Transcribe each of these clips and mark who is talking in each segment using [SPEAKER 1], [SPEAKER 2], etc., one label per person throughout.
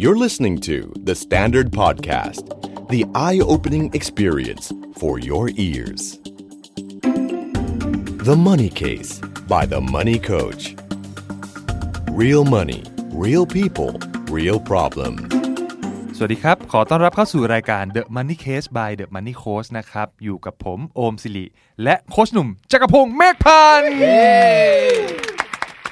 [SPEAKER 1] You're listening to The Standard Podcast, the eye opening experience for your ears. The Money Case by The Money Coach. Real money, real people, real problem.
[SPEAKER 2] สวัสดีครับ ขอต้อนรับเข้าสู่รายการ The Money Case by The Money Coach นะครับ อยู่กับผมโอมสิริ และโคชหนุ่มจักรพงศ์เมฆพันธ์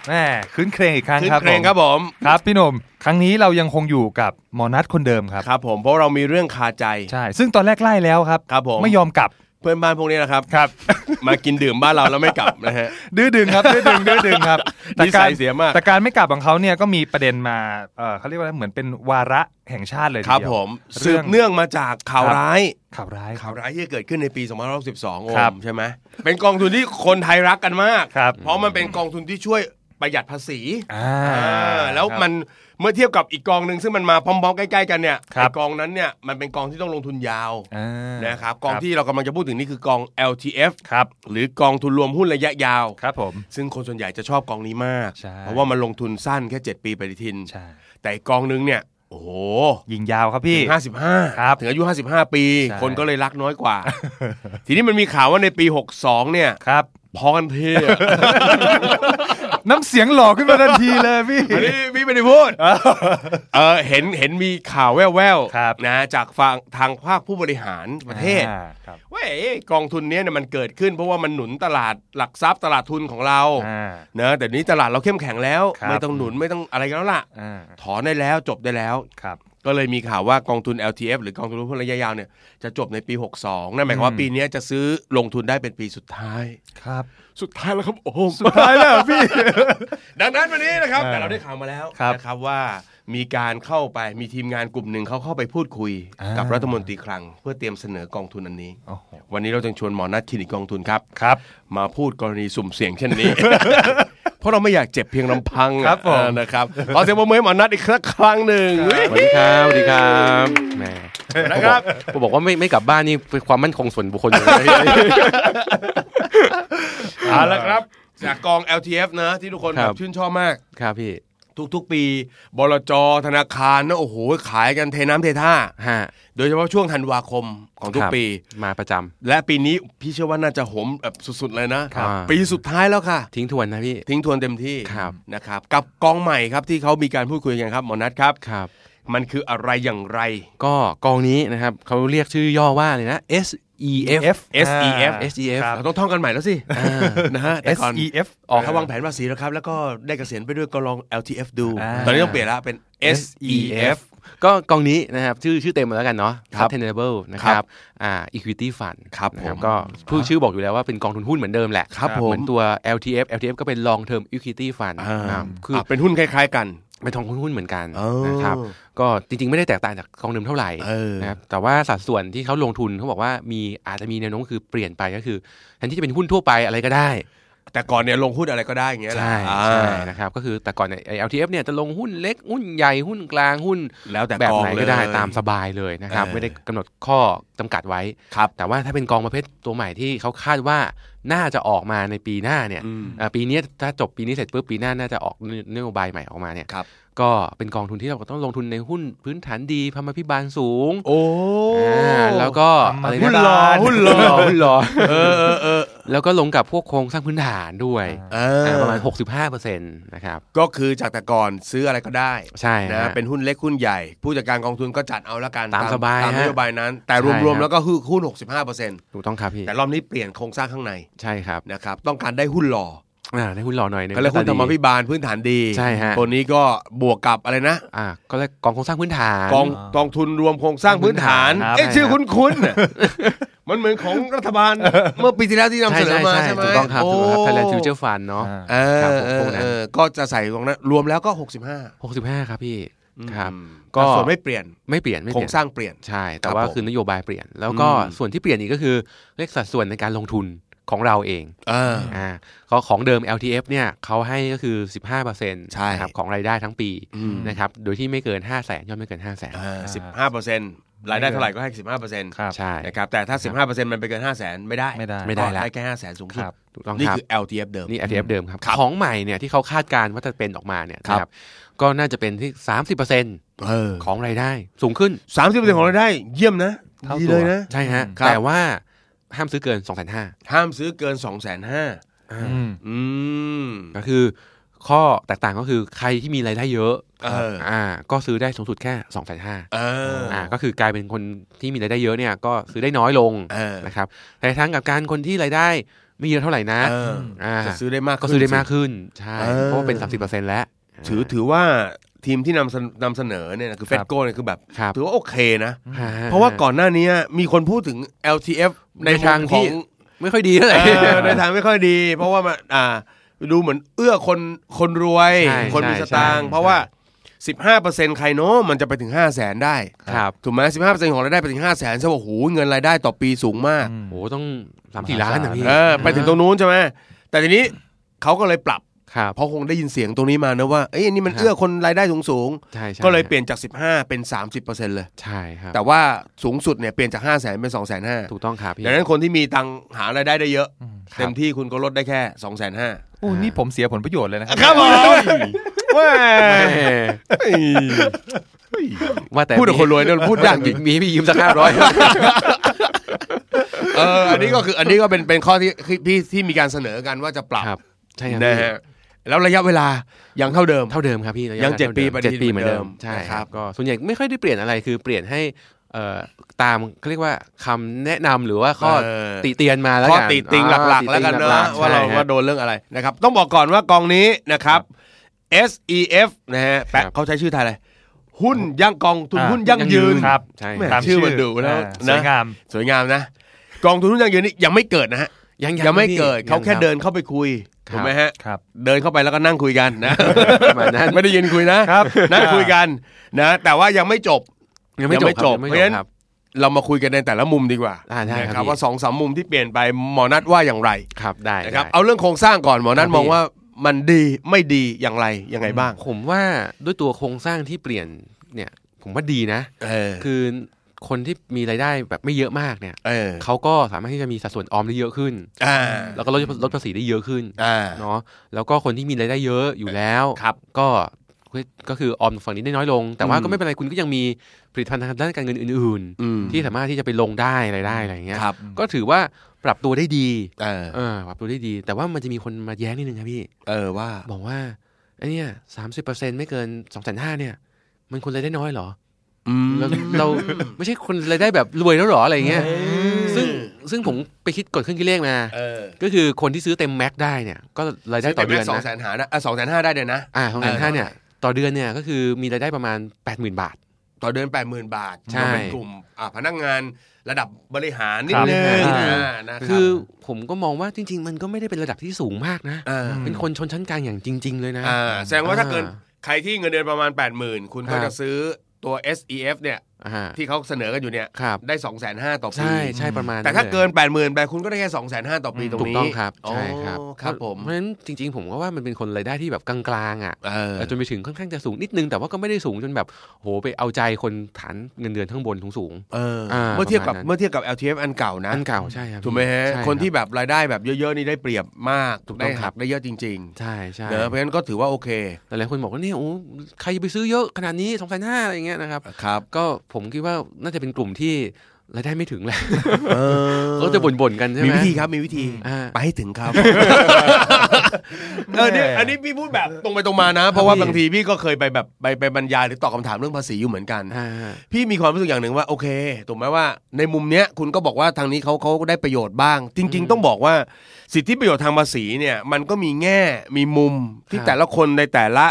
[SPEAKER 2] แม่ขึ้นเครงอีกครั้ง
[SPEAKER 3] ขึ้น
[SPEAKER 2] ครับ
[SPEAKER 3] เพลงครับผม
[SPEAKER 2] ครับพี่หนุ่ม ครั้งนี้เรายังคงอยู่กับหมอนัทคนเดิมครับ
[SPEAKER 3] ครับผมเพราะเรามีเรื่องคาใจ
[SPEAKER 2] ใช่ ซึ่งตอนแรกไล่แล้วครับ
[SPEAKER 3] ครับผม
[SPEAKER 2] ไม่ยอมกลับ
[SPEAKER 3] เพื่อนบ้านพวกนี้นะครับ
[SPEAKER 2] ครับ
[SPEAKER 3] มากินดื่มบ้านเราแล้วไม่กลับนะฮะ
[SPEAKER 2] ดื้อดึงครับ ดื้อดึง ดื้อดึงครับแต่
[SPEAKER 3] นิสัยเสียมาก
[SPEAKER 2] แต่การไม่กลับของเขาเนี่ยก็มีประเด็นมาเอ่อเขาเรียกว่าอะไร เหมือนเป็นวาระแห่งชาติเลยที
[SPEAKER 3] ครับ
[SPEAKER 2] เดียว
[SPEAKER 3] ผม สื
[SPEAKER 2] เรื่
[SPEAKER 3] บเนื่องมาจากข่าวร้าย
[SPEAKER 2] ข่าวร้าย
[SPEAKER 3] ข่าวร้ายที่เกิดขึ้นในปี2562โอ
[SPEAKER 2] ครั
[SPEAKER 3] ม
[SPEAKER 2] บ
[SPEAKER 3] ใช่ไหมเป็นกองทุนที่คนไทยรักกันมาก
[SPEAKER 2] ครับ
[SPEAKER 3] เพราะมันเป็นกองทุนที่ช่วยประหยัดภาษี
[SPEAKER 2] อ่า
[SPEAKER 3] อ่าแล้ว
[SPEAKER 2] ครับ
[SPEAKER 3] มันเมื่อเทียบกับอีกกองหนึ่งซึ่งมันมาพร้อมๆใกล้ๆกันเนี่ย
[SPEAKER 2] ครับ
[SPEAKER 3] ไอ้กองนั้นเนี่ยมันเป็นกองที่ต้องลงทุนยาว
[SPEAKER 2] อ่า
[SPEAKER 3] นะครับกองที่เรากำลังจะพูดถึงนี่คือกอง LTF
[SPEAKER 2] ครับ
[SPEAKER 3] หรือกองทุนรวมหุ้นระยะยาว
[SPEAKER 2] ครับผม
[SPEAKER 3] ซึ่งคนส่วนใหญ่จะชอบกองนี้มาก
[SPEAKER 2] ใช่
[SPEAKER 3] เพราะว่ามันลงทุนสั้นแค่ 7 ปีปฏิทิน
[SPEAKER 2] ใช่
[SPEAKER 3] แต่อีกกองนึงเนี่ย โอ้โห
[SPEAKER 2] ยิงยาวครับพี่
[SPEAKER 3] ห้าสิบห้า
[SPEAKER 2] ครับ
[SPEAKER 3] ถึงอายุ 55 ปี
[SPEAKER 2] ใช่
[SPEAKER 3] คนก็เลยรักน้อยกว่า ทีนี้มันมีข่าวว่าในปี 62 เนี่ย
[SPEAKER 2] ครับ
[SPEAKER 3] พอกันเทอะ
[SPEAKER 2] น้ำเสียงหล่อขึ้นมาทันทีเลยพี่
[SPEAKER 3] อันนี้พี่ไม่ได้พู ดเออเห็นเห็นมีข่าวแว่ว
[SPEAKER 2] ครับ
[SPEAKER 3] ๆนะจากฝั่งทางภาคผู้บริหารประเทศ
[SPEAKER 2] อ่าครับ
[SPEAKER 3] เว้ยกองทุนเนี้ยเนี่ยมันเกิดขึ้น เพราะว่ามันหนุนตลาดหลักทรัพย์ตลาดทุนของเรา
[SPEAKER 2] อ่า
[SPEAKER 3] เนอะแต่นี้ตลาดเราเข้มแข็งแล้ว
[SPEAKER 2] ครับ
[SPEAKER 3] ไม่ต้องหนุนไม่ต้องอะไรกันแล้วล่ะ
[SPEAKER 2] อ่า
[SPEAKER 3] ถอนได้แล้วจบได้แล้ว
[SPEAKER 2] ครับ
[SPEAKER 3] ก็เลยมีข่าวว่ากองทุน LTF หรือกองทุนหุ้นระยะยาวเนี่ยจะจบในปี 62 นั่นหมายค
[SPEAKER 2] อื
[SPEAKER 3] วามว่าม ปีเนี้ยจะซื้อลงทุนได้เป็นปีสุดท้าย
[SPEAKER 2] ครับ
[SPEAKER 3] สุดท้ายแล้วครับโอ้โห
[SPEAKER 2] สุดท้ายแล้วพี่
[SPEAKER 3] ดังนั้นวันนี้นะครับ
[SPEAKER 2] อ่า
[SPEAKER 3] แต่เราได้ข่าวมาแล้ว
[SPEAKER 2] ครับ
[SPEAKER 3] นะครับว่ามีการเข้าไปมีทีมงานกลุ่มหนึ่งเขาเข้าไปพูดคุย
[SPEAKER 2] อ่ากั
[SPEAKER 3] กับรัฐมนตรีคลัง เพื่อเตรียมเสนอกองทุนอันนี้
[SPEAKER 2] โอ้โห
[SPEAKER 3] วันนี้เราจึงชวนหมอนัทคลินิกกองทุนครับ
[SPEAKER 2] ครับ
[SPEAKER 3] มาพูดกรณีสุ่มเสี่ยงเช่นนี้ เพราะเราไม่อยากเจ็บเพียงลำพัง
[SPEAKER 2] ครับผม
[SPEAKER 3] เออนะครับขอเสียงปรบมือให้หมอนัทอีกสักครั้งหนึ่ง
[SPEAKER 4] สวัสดีครับสวัสดีครับแหม
[SPEAKER 3] นะครับ
[SPEAKER 4] ผมบอกว่าไม่ไม่กลับบ้านนี่เป็นความมั่นคงส่วนบุคคลเลยนะ
[SPEAKER 3] เอาละครับ จากกอง LTF นะที่ทุกคน
[SPEAKER 4] ค
[SPEAKER 3] แบ
[SPEAKER 4] รั
[SPEAKER 3] บบ ชื่นชอบมาก
[SPEAKER 4] ครับพี่
[SPEAKER 3] ทุกๆปี บลจธนาคารนะโอ้โห ขายกันเทน้ำเทท่า
[SPEAKER 4] ฮะ
[SPEAKER 3] โดยเฉพาะช่วงธันวาคมของทุก
[SPEAKER 4] ครับ
[SPEAKER 3] ปี
[SPEAKER 4] มาประจำ
[SPEAKER 3] และปีนี้พี่เชื่อว่าน่าจะโหมแบบสุดๆเลยนะ
[SPEAKER 4] ครับ
[SPEAKER 3] ปีสุดท้ายแล้วค่ะ
[SPEAKER 4] ทิ้งทวนนะพี่
[SPEAKER 3] ทิ้งทวนเต็มที่
[SPEAKER 4] ครับ
[SPEAKER 3] นะครับกับกองใหม่ครับที่เขามีการพูดคุยกันครับหมอนัทครับ
[SPEAKER 4] ครับ
[SPEAKER 3] มันคืออะไรอย่างไร
[SPEAKER 4] ก็กองนี้นะครับเขาเรียกชื่อย่อว่าเลยนะ S E F
[SPEAKER 3] S E F
[SPEAKER 2] อ่า
[SPEAKER 4] S E F
[SPEAKER 2] ครับ
[SPEAKER 3] เราต้องท่องกันใหม่แล้วสิ นะฮะแต่
[SPEAKER 2] S
[SPEAKER 3] ก่อน
[SPEAKER 2] E F
[SPEAKER 3] ออกถ้าวางแผนภาษีแล้วครับ แล้วก็ได้เกษียณไปด้วยก็ลอง LTF ดู
[SPEAKER 2] อ่า
[SPEAKER 3] ตอนนี้ต้องเปลี่ยนละเป็น S E F
[SPEAKER 4] ก็กองนี้นะครับชื่อชื่อเต็มมาแล้วกันเนาะ
[SPEAKER 3] ครับ
[SPEAKER 4] Sustainable นะครับอ่า Equity Fund
[SPEAKER 3] ครับ
[SPEAKER 4] นะครับ
[SPEAKER 3] ผม
[SPEAKER 4] ก็ผู้ชื่อบอกอยู่แล้วว่าเป็นกองทุนหุ้นเหมือนเดิมแหละ
[SPEAKER 3] ครับผม
[SPEAKER 4] เหมือนตัว LTF LTF ก็เป็น Long Term Equity Fund นะครับ
[SPEAKER 3] คื
[SPEAKER 4] คือ อ
[SPEAKER 3] เป็นหุ้นคล้าย ๆ กัน
[SPEAKER 4] เป็นทองหุ้นเหมือนกัน
[SPEAKER 3] อ๋อ
[SPEAKER 4] นะครับก็จริงๆ ไม่ได้แตกต่างจากกองเดิมเท่าไหร่
[SPEAKER 3] เออ
[SPEAKER 4] นะครับแต่ว่าสัดส่วนที่เขาลงทุนเขาบอกว่ามีอาจจะมีแนวโน้มคือเปลี่ยนไปก็คือแทนที่จะเป็นหุ้นทั่วไปอะไรก็ได้
[SPEAKER 3] แต่ก่อนเนี่ยลงหุ้นอะไรก็ได้อย่างเงี้ยแหละ
[SPEAKER 4] ใช่
[SPEAKER 3] อ่า
[SPEAKER 4] ใช่นะครับก็คือแต่ก่อนเนี่ยไอ้ LTF เนี่ยจะลงหุ้นเล็กหุ้นใหญ่หุ้นกลางหุ้น
[SPEAKER 3] แล้วแต่
[SPEAKER 4] แบบ
[SPEAKER 3] กอง
[SPEAKER 4] ไหน
[SPEAKER 3] เลย
[SPEAKER 4] ก็ได้ตามสบายเลยนะครับ
[SPEAKER 3] เออ
[SPEAKER 4] ไม่ได้กำหนดข้อจำกัดไว้
[SPEAKER 3] ครับ
[SPEAKER 4] แต่ว่าถ้าเป็นกองประเภทตัวใหม่ที่เขาคาดว่าน่าจะออกมาในปีหน้าเนี่ย
[SPEAKER 3] อืม
[SPEAKER 4] อ่าปีเนี้ยถ้าจบปีนี้เสร็จปุ๊บปีหน้าน่าจะออกนโยบายใหม่ออกมาเนี่ย
[SPEAKER 3] ครับ
[SPEAKER 4] ก็เป็นกองทุนที่เราต้องลงทุนในหุ้นพื้นฐานดีพรรมพิบาลสูง
[SPEAKER 3] โอ้
[SPEAKER 4] อ่าแล้วก็อะไร
[SPEAKER 2] หุ้
[SPEAKER 4] นะ
[SPEAKER 2] นหล่อหุ้นหล่อ
[SPEAKER 4] หุ้นหล่อ
[SPEAKER 3] เออเออเออ
[SPEAKER 4] แล้วก็ลงกับพวกโครงสร้างพื้นฐานด้วย
[SPEAKER 3] เอ
[SPEAKER 4] อ่า
[SPEAKER 3] อ
[SPEAKER 4] ประมาณ 65%นะครับ
[SPEAKER 3] ก็คือจากแต่ก่อนซื้ออะไรก็ได้
[SPEAKER 4] ใช่
[SPEAKER 3] นะ
[SPEAKER 4] ฮะ
[SPEAKER 3] เป็นหุ้นเล็กหุ้นใหญ่ ผู้จัดการกองทุนก็จัดเอาละกัน
[SPEAKER 4] ตามสบาย
[SPEAKER 3] ตามน
[SPEAKER 4] ฮะ
[SPEAKER 3] โยบายนั้น แต่
[SPEAKER 4] ใช่
[SPEAKER 3] รวม
[SPEAKER 4] ครั
[SPEAKER 3] ๆ
[SPEAKER 4] บ
[SPEAKER 3] แล้วก็คือหุ้น 65%
[SPEAKER 4] ถูกต้องครับพี่
[SPEAKER 3] แต่รอบนี้เปลี่ยนโครงสร้างข้างใน
[SPEAKER 4] ใช่ครับ
[SPEAKER 3] นะครับต้องการได้หุ้นหล่อ
[SPEAKER 4] อ่าได้หุ้นหล่อหน่อยหนึง
[SPEAKER 3] ก็เลยหุ้นธรรมพิบาลพื้นฐานดี
[SPEAKER 4] ใช่ฮะ
[SPEAKER 3] ตัวนี้ก็บวกกับอะไรนะ
[SPEAKER 4] อ่าก็เลยกองโครงสร้างพื้นฐาน
[SPEAKER 3] กองกองทุนรวมโครงสร้างพื้นฐาน
[SPEAKER 4] ครับ
[SPEAKER 3] เอ๊ะ
[SPEAKER 4] ใช่
[SPEAKER 3] ชื่อ
[SPEAKER 4] ครั
[SPEAKER 3] คุ้น
[SPEAKER 4] บ
[SPEAKER 3] คุ้นๆน่ะ มันเหมือนของรัฐ บาล เมื่อปีที่แล้วที่นำเสนอมาใช่ไหม
[SPEAKER 4] ถูกต้องครับถูกต้องครับ Thailand
[SPEAKER 3] โ
[SPEAKER 4] Future Fund เนาะ
[SPEAKER 2] อ่า
[SPEAKER 3] เออ
[SPEAKER 4] ครับผม
[SPEAKER 3] เออ
[SPEAKER 4] พวกนั้น
[SPEAKER 3] เออก็จะใส่ตรงนั้นรวมแล้วก็ 65
[SPEAKER 4] 65 ครับพี่ครับ
[SPEAKER 3] ก็
[SPEAKER 4] ก็
[SPEAKER 3] ส่วนไม่เปลี่ยน
[SPEAKER 4] ไม่เปลี่ยนไม่
[SPEAKER 3] โคร
[SPEAKER 4] เปลี่
[SPEAKER 3] ง
[SPEAKER 4] ยน
[SPEAKER 3] สร้างเปลี่ยน
[SPEAKER 4] ใช่ แต่
[SPEAKER 3] ครับ
[SPEAKER 4] ว่า
[SPEAKER 3] ผม
[SPEAKER 4] คือนโยบายเปลี่ยน แล้วก็
[SPEAKER 3] อืม
[SPEAKER 4] ส่วนที่เปลี่ยนอีกก็คือเลขสัดส่วนในการลงทุนของเราเอง
[SPEAKER 3] เออ
[SPEAKER 4] อ่าก็ของเดิม LTF เนี่ยเขาให้ก็คือ 15%
[SPEAKER 3] ใช่
[SPEAKER 4] ครับของรายได้ทั้งปี
[SPEAKER 3] อืม
[SPEAKER 4] นะครับ โดยที่ไม่เกิน 5 0 0แสนย่อมไม่เกิน 5 0 0แสน
[SPEAKER 3] อ่าสิบห้าเปอร์เซ็นต์ รายได้เท่าไหร่ก็ให้สิบห้าเปอร์เซ็นต์
[SPEAKER 2] ครับ
[SPEAKER 4] ใช่
[SPEAKER 3] นะครับแต่ถ้าสิบห้าเปอร์เซ็นต์มันไปเกินห้าแสนไม่ได้
[SPEAKER 2] ไม่ได้
[SPEAKER 4] ไม่ได้ละ
[SPEAKER 3] ให้แค่ห้าแสนสูงสุด
[SPEAKER 2] ครับ
[SPEAKER 4] ถูกต้อง
[SPEAKER 3] นี่
[SPEAKER 4] ครับ
[SPEAKER 3] คือ LTF เดิม
[SPEAKER 4] นี่ LTF เดิมครับ
[SPEAKER 3] ครับ
[SPEAKER 4] ของใหม่เนี่ยที่เขาคาดการณ์ว่าจะเป็นออกมาเนี่ย
[SPEAKER 3] ครับ
[SPEAKER 4] นะครับ ก็น่าจะเป็นที่ 30%
[SPEAKER 3] เออ
[SPEAKER 4] ของรายได้สูงขึ้น
[SPEAKER 3] สามสิบเปอร์เซ็นต์ของรายได้เยี่ยมนะ
[SPEAKER 2] เท่า
[SPEAKER 3] ดี
[SPEAKER 2] ตัว
[SPEAKER 3] เลยนะ
[SPEAKER 4] ใช่ฮะ
[SPEAKER 3] ครับ
[SPEAKER 4] แต่ว่าห้ามซื้อเกิน 2 5 0 0
[SPEAKER 3] ห้ามซื้อเกินสองแสนห้า
[SPEAKER 2] อืม
[SPEAKER 3] อืม
[SPEAKER 4] 0ก็คือข้อแตกต่างก็คือใครที่มีรายได้เยอะ
[SPEAKER 3] เออ
[SPEAKER 4] อ่าก็ซื้อได้สูงสุดแค่ 2 5 0 0 0
[SPEAKER 3] เออ
[SPEAKER 4] อ่าก็คือกลายเป็นคนที่มีรายได้เยอะเนี่ยก็ซื้อได้น้อยลง
[SPEAKER 3] เออ
[SPEAKER 4] นะครับแต่ทางกับการคนที่รายได้ไม่เยอะเท่าไหร่นะ
[SPEAKER 3] เออ
[SPEAKER 4] อ่า
[SPEAKER 3] จะซื้อได้มาก
[SPEAKER 4] ก็ซื้อได้มาก
[SPEAKER 3] ขึ้น
[SPEAKER 4] ขึ้นใช่
[SPEAKER 3] เออ
[SPEAKER 4] เพราะว่าเป็น 30%แล้ว
[SPEAKER 3] สิถือถือว่าทีมที่นำเสนนำเสนอเนี่ยนะคือ
[SPEAKER 2] ค
[SPEAKER 3] เฟ
[SPEAKER 2] รับ
[SPEAKER 3] ดโก้เนี่ยคือแบบ
[SPEAKER 4] ครับ
[SPEAKER 3] ถือว่าโอเคนะ
[SPEAKER 4] ฮ
[SPEAKER 3] เพราะว่าก่อนหน้านี้มีคนพูดถึง LTF ใน
[SPEAKER 4] ใน
[SPEAKER 3] ทา
[SPEAKER 4] ทาง ง
[SPEAKER 3] ที่
[SPEAKER 4] ที่ไม่ค่อยดีเท่าไหร่
[SPEAKER 3] เออในทางไม่ค่อยดี เพราะว่ามันอ่า ดูเหมือนเอื้อคนคนรวย
[SPEAKER 4] ใช่
[SPEAKER 3] คนมีส
[SPEAKER 4] ใช่
[SPEAKER 3] ตางค์
[SPEAKER 4] ใช่
[SPEAKER 3] เพราะว่า 15%ใครเนาะมันจะไปถึง 5 0 0แสนได้
[SPEAKER 4] ครับ
[SPEAKER 3] ถูกไหมสิบห้าเปอร์เซ็นต์ของรายได้ไปถึงห้าแสนใช่ป่ะโอ้โหเงินรายได้ต่อปีสูงมาก
[SPEAKER 2] อืม
[SPEAKER 4] โอ้โหต้องสาม
[SPEAKER 2] ม
[SPEAKER 4] สี่
[SPEAKER 2] หา
[SPEAKER 4] ล้านนะ
[SPEAKER 2] ศาล
[SPEAKER 4] พี่
[SPEAKER 3] เออไปถึงตรงนู้นใช่ไหมแต่ทีนี้เขาก็เลยปรับ
[SPEAKER 4] ครับ
[SPEAKER 3] เพราะคงได้ยินเสียงตรงนี้มานะว่าเอ้ยอันนี่มัน
[SPEAKER 4] ครับ
[SPEAKER 3] เอื้อคนรายได้สูงสูง
[SPEAKER 4] ใช่ใช่
[SPEAKER 3] ๆก็เลยเปลี่ยนจาก 15 เป็น 30เปอร์เซ็นต์เลย
[SPEAKER 4] ใช่ครับ
[SPEAKER 3] แต่ว่าสูงสุดเนี่ยเปลี่ยนจาก 5 0 0แสนเป็น2 5 0 0 0
[SPEAKER 4] ถูกต้องครับพี่
[SPEAKER 3] ดังนั้นคนที่มีตังค์หารายได้ได้เยอะ
[SPEAKER 2] อืม
[SPEAKER 3] เต็มที่คุณก็ลดได้แค่2 5 0 0 0
[SPEAKER 2] โอ้นี่ผมเสียผลประโยชน์เลยนะครับ
[SPEAKER 3] ครับผมแหม่
[SPEAKER 4] แหมว่าแต่
[SPEAKER 3] พูดกับคนรวยเนี่ยพูดยากจริง
[SPEAKER 4] มีให้พี่ยืมสักห้าร้อย
[SPEAKER 3] เอออันนี้ก็คืออันนี้ก็เป็นเป็นข้อที่ที่ที่ที่มีการเสนอกันว่าจะปรับ
[SPEAKER 4] ครับ ใช่ครับ
[SPEAKER 3] นะฮะแล้วระยะเวลายังเท่าเดิม
[SPEAKER 4] เท่าเดิมครับพี่ระะ
[SPEAKER 3] ยังเจ็ดปีปฏิ
[SPEAKER 4] เจ็ด
[SPEAKER 3] ทิน
[SPEAKER 4] ปีเหมือนเดิ
[SPEAKER 3] เห
[SPEAKER 4] ม
[SPEAKER 3] มือนเดิม
[SPEAKER 4] ใช่
[SPEAKER 3] นะค
[SPEAKER 4] ค
[SPEAKER 3] รั
[SPEAKER 4] รับ บก็ส่วนใหญ่ไม่ค่อยได้เปลี่ยนอะไรคือเปลี่ยนให้เอ่อตามเขาเรียกว่าคำแนะนำหรือว่าข้อ
[SPEAKER 3] เอ
[SPEAKER 4] ติเตียนมาแล้ว
[SPEAKER 3] ข้อ
[SPEAKER 4] กัน
[SPEAKER 3] ติติงหลักๆ
[SPEAKER 4] อ่า
[SPEAKER 3] แล้วกัน
[SPEAKER 4] ติ
[SPEAKER 3] เน
[SPEAKER 4] ติงห
[SPEAKER 3] อะ
[SPEAKER 4] กๆ
[SPEAKER 3] ว่าเรา
[SPEAKER 4] ใช่ฮะ
[SPEAKER 3] ว่าโดนเรื่องอะไรนะครับ ต้องบอกก่อนว่ากองนี้นะครับ SEF นะฮะแปะ
[SPEAKER 4] ครับ
[SPEAKER 3] เขาใช้ชื่อไทยอะไรหุ้นยั่งกองทุน
[SPEAKER 2] อ่า
[SPEAKER 3] หุ้นยั่งยืน
[SPEAKER 2] ครับ
[SPEAKER 4] ใช่
[SPEAKER 3] แหม่
[SPEAKER 4] ครับ
[SPEAKER 3] ชื่อมันดุแล้ว
[SPEAKER 2] อ่าสว
[SPEAKER 3] นะ
[SPEAKER 2] ยงาม
[SPEAKER 3] สวยงามนะ กองทุนหุ้นยั่งยืนนี่ยังไม่เกิดนะฮะ
[SPEAKER 4] ยัง
[SPEAKER 3] ยังไม่เกิด
[SPEAKER 4] พี่
[SPEAKER 3] เขาแค่
[SPEAKER 4] ยังรับ
[SPEAKER 3] เดินเข้าไปคุย
[SPEAKER 4] ครับ
[SPEAKER 3] ถูกไหมฮะ
[SPEAKER 2] ครับ
[SPEAKER 3] เดินเข้าไปแล้วก็นั่งคุยกันนะ
[SPEAKER 4] ประมาณนั้น
[SPEAKER 3] ไม่ได้ยินคุยนะครับ นั่งคุยกันนะแต่ว่ายังไม่จบ
[SPEAKER 4] ยังไม่
[SPEAKER 3] ยังไม่
[SPEAKER 4] จ
[SPEAKER 3] จ
[SPEAKER 4] บบ คบ
[SPEAKER 3] เพราะฉะนั้น
[SPEAKER 4] ครับ
[SPEAKER 3] เรามาคุยกันในแต่ละมุมดีกว่า
[SPEAKER 4] อ่าได้ครับ
[SPEAKER 3] นะครับ
[SPEAKER 4] พี่
[SPEAKER 3] ว่าสองสามมุมที่เปลี่ยนไปหมอนัทว่าอย่างไร
[SPEAKER 4] ครับได้
[SPEAKER 3] นะครับ
[SPEAKER 4] ได้
[SPEAKER 3] เอาเรื่องโครงสร้างก่อนหมอนัท
[SPEAKER 4] ครับพี่
[SPEAKER 3] มองว่ามันดีไม่ดีอย่างไรยังไงบ้าง
[SPEAKER 4] ผมว่าด้วยตัวโครงสร้างที่เปลี่ยนเนี่ยผมว่าดีนะ
[SPEAKER 3] เออ
[SPEAKER 4] คือคนที่มีรายได้แบบไม่เยอะมากเนี่ย
[SPEAKER 3] เออ
[SPEAKER 4] เขาก็สามารถที่จะมีสัดส่วนออมได้เยอะขึ้น
[SPEAKER 3] อ่า
[SPEAKER 4] แล้วก็ลดลดภาษีได้เยอะขึ้น
[SPEAKER 3] อ่า
[SPEAKER 4] เนาะแล้วก็คนที่มีรายได้เยอะอยู่แล้ว
[SPEAKER 3] ครับ
[SPEAKER 4] ก็ก็คือออมฝั่งนี้ได้น้อยลง แต่ว่า
[SPEAKER 3] อืม
[SPEAKER 4] ก็ไม่เป็นไรคุณก็ยังมีผลิตภัณฑ์ทางด้านการเงินอื่น
[SPEAKER 3] อืม
[SPEAKER 4] ๆ ที่สามารถที่จะไปลงได้อะไรได้อะไรอย่างเงี้ย
[SPEAKER 3] ครับ
[SPEAKER 4] ก็ถือว่าปรับตัวได้ดี
[SPEAKER 3] เออ
[SPEAKER 4] เออปรับตัวได้ดี แต่ว่ามันจะมีคนมาแย้งนิดนึงครับพี่
[SPEAKER 3] เออว่า
[SPEAKER 4] บอกว่าไอ้เนี่ยสามสิบเปอร์เซ็นไม่เกินสองแสนห้าเนี่ย มันคนรายได้น้อยเหรอ
[SPEAKER 3] อืม
[SPEAKER 4] เราเราไม่ใช่คนรายได้แบบรวยแล้วเหรออะไรอย่างเงี้ย ซึ่งซึ่งผมไปคิดกดเครื่องคิดเลขมา
[SPEAKER 3] เออ
[SPEAKER 4] ก็คือคนที่ซื้อเต็มแม็กได้เนี่ยก็รายได้ต่อเดือน
[SPEAKER 3] สองแส
[SPEAKER 4] นะ
[SPEAKER 3] นหานะสองแสนห้าได้เดือนนะ
[SPEAKER 4] อ่าสองแสนห้า
[SPEAKER 3] เออ
[SPEAKER 4] เนี่ยต่อเดือนเนี่ยก็คือมีรายได้ประมาณ 80,000 บาท
[SPEAKER 3] ต่อเดือนแปดหมื่นบาทร
[SPEAKER 4] ใช่
[SPEAKER 3] วมเป็นกลุ่มอ่าพนักงานระดับบริหารนิด
[SPEAKER 2] ครับ
[SPEAKER 3] นึง
[SPEAKER 4] นิดนึง
[SPEAKER 3] อ่านะรับ
[SPEAKER 4] คือผมก็มองว่าจริง ๆ มันก็ไม่ได้เป็นระดับที่สูงมากนะ
[SPEAKER 3] เออ
[SPEAKER 4] เป็นคนชนชั้นกลางอย่างจริง ๆ เลยนะ
[SPEAKER 3] อ่าแสดงว่าถ้าเกิน
[SPEAKER 4] อ่า
[SPEAKER 3] ใครที่เงินเดือนประมาณ 8 0,000 คุณก็
[SPEAKER 4] ครั
[SPEAKER 3] จะ
[SPEAKER 4] บ
[SPEAKER 3] ซื้อตัว SEF เนี่ย
[SPEAKER 4] อ่า
[SPEAKER 3] ที่เขาเสนอกันอยู่เนี่ย
[SPEAKER 4] ครับ
[SPEAKER 3] ได้ 2 5 0 0 0ต่อปี
[SPEAKER 4] ใช่ใช่ประมาณ
[SPEAKER 3] แต่ถ้า
[SPEAKER 4] ลย
[SPEAKER 3] เกิน 8 0,000ไปคุณก็ได้แค่ 2 5 0 0 0ต่อปีตรง
[SPEAKER 4] ถูก
[SPEAKER 3] นี้
[SPEAKER 4] ต้องครับใช่ครับ
[SPEAKER 3] อ๋อครับผม
[SPEAKER 4] เพราะฉะนั้นจริง ๆ ผมก็ว่ามันเป็นคนรายได้ที่แบบกลางๆอ่ะ
[SPEAKER 3] เออ
[SPEAKER 4] จนไปถึงค่อนข้างจะสูงนิดนึงแต่ว่าก็ไม่ได้สูงจนแบบโหไปเอาใจคนฐานเงินเดือนข้างบนสูง
[SPEAKER 3] เออ
[SPEAKER 4] อ่า
[SPEAKER 3] เมื่อเทียบกับ
[SPEAKER 4] ประมาณนั้น
[SPEAKER 3] เมื่อเทียบกับ LTF อันเก่า
[SPEAKER 4] ๆ
[SPEAKER 3] นะ
[SPEAKER 4] อันเก่าใช่ครับ
[SPEAKER 3] ถูกไหมฮะ
[SPEAKER 4] ใช่รับ
[SPEAKER 3] คนที่แบบรายได้แบบเยอะๆ นี่ได้เปรียบมาก
[SPEAKER 4] ถูกต้
[SPEAKER 3] ได้
[SPEAKER 4] องครั
[SPEAKER 3] หั
[SPEAKER 4] บ
[SPEAKER 3] กได้เยอะจริง
[SPEAKER 4] ใช่ใช่
[SPEAKER 3] ๆเนอะเพราะฉะนั้นก็ถือว่าโอเค
[SPEAKER 4] แต่หลายคนบอกว่าเนี่ยโอ้ใครจะไปซื้อเยอะขนาดนี้สองแสนห้าอะไรอย่างเงี้ยนะครับ
[SPEAKER 3] ครับ
[SPEAKER 4] ก็ผมคิดว่าน่าจะเป็นกลุ่มที่รายได้ไม่ถึงแหละ
[SPEAKER 3] เออ
[SPEAKER 4] ก็จะบ่นๆกันใช่ไหม
[SPEAKER 3] มีวิธีครับมีวิธี
[SPEAKER 4] อ่า
[SPEAKER 3] ไปให้ถึง ครับ เออเนี่ยอันนี้พี่พูดแบบตรงไปตรงมานะ เพราะว่า
[SPEAKER 4] พี่
[SPEAKER 3] บางทีพี่ก็เคยไปแบบไปไปบรรยายหรือตอบคำถามเรื่องภาษีอยู่เหมือนกัน
[SPEAKER 4] อ่า
[SPEAKER 3] พี่มีความรู้สึกอย่างหนึ่งว่าโอเคถูกไหมว่าในมุมเนี้ยคุณก็บอกว่าทางนี้เขาเขาได้ประโยชน์บ้าง จริง
[SPEAKER 4] อืม
[SPEAKER 3] ๆ ต้องบอกว่าสิทธิประโยชน์ทางภาษีเนี่ยมันก็มีแง่มีมุมที่
[SPEAKER 4] ครับ
[SPEAKER 3] แต่ละคนในแต่ละ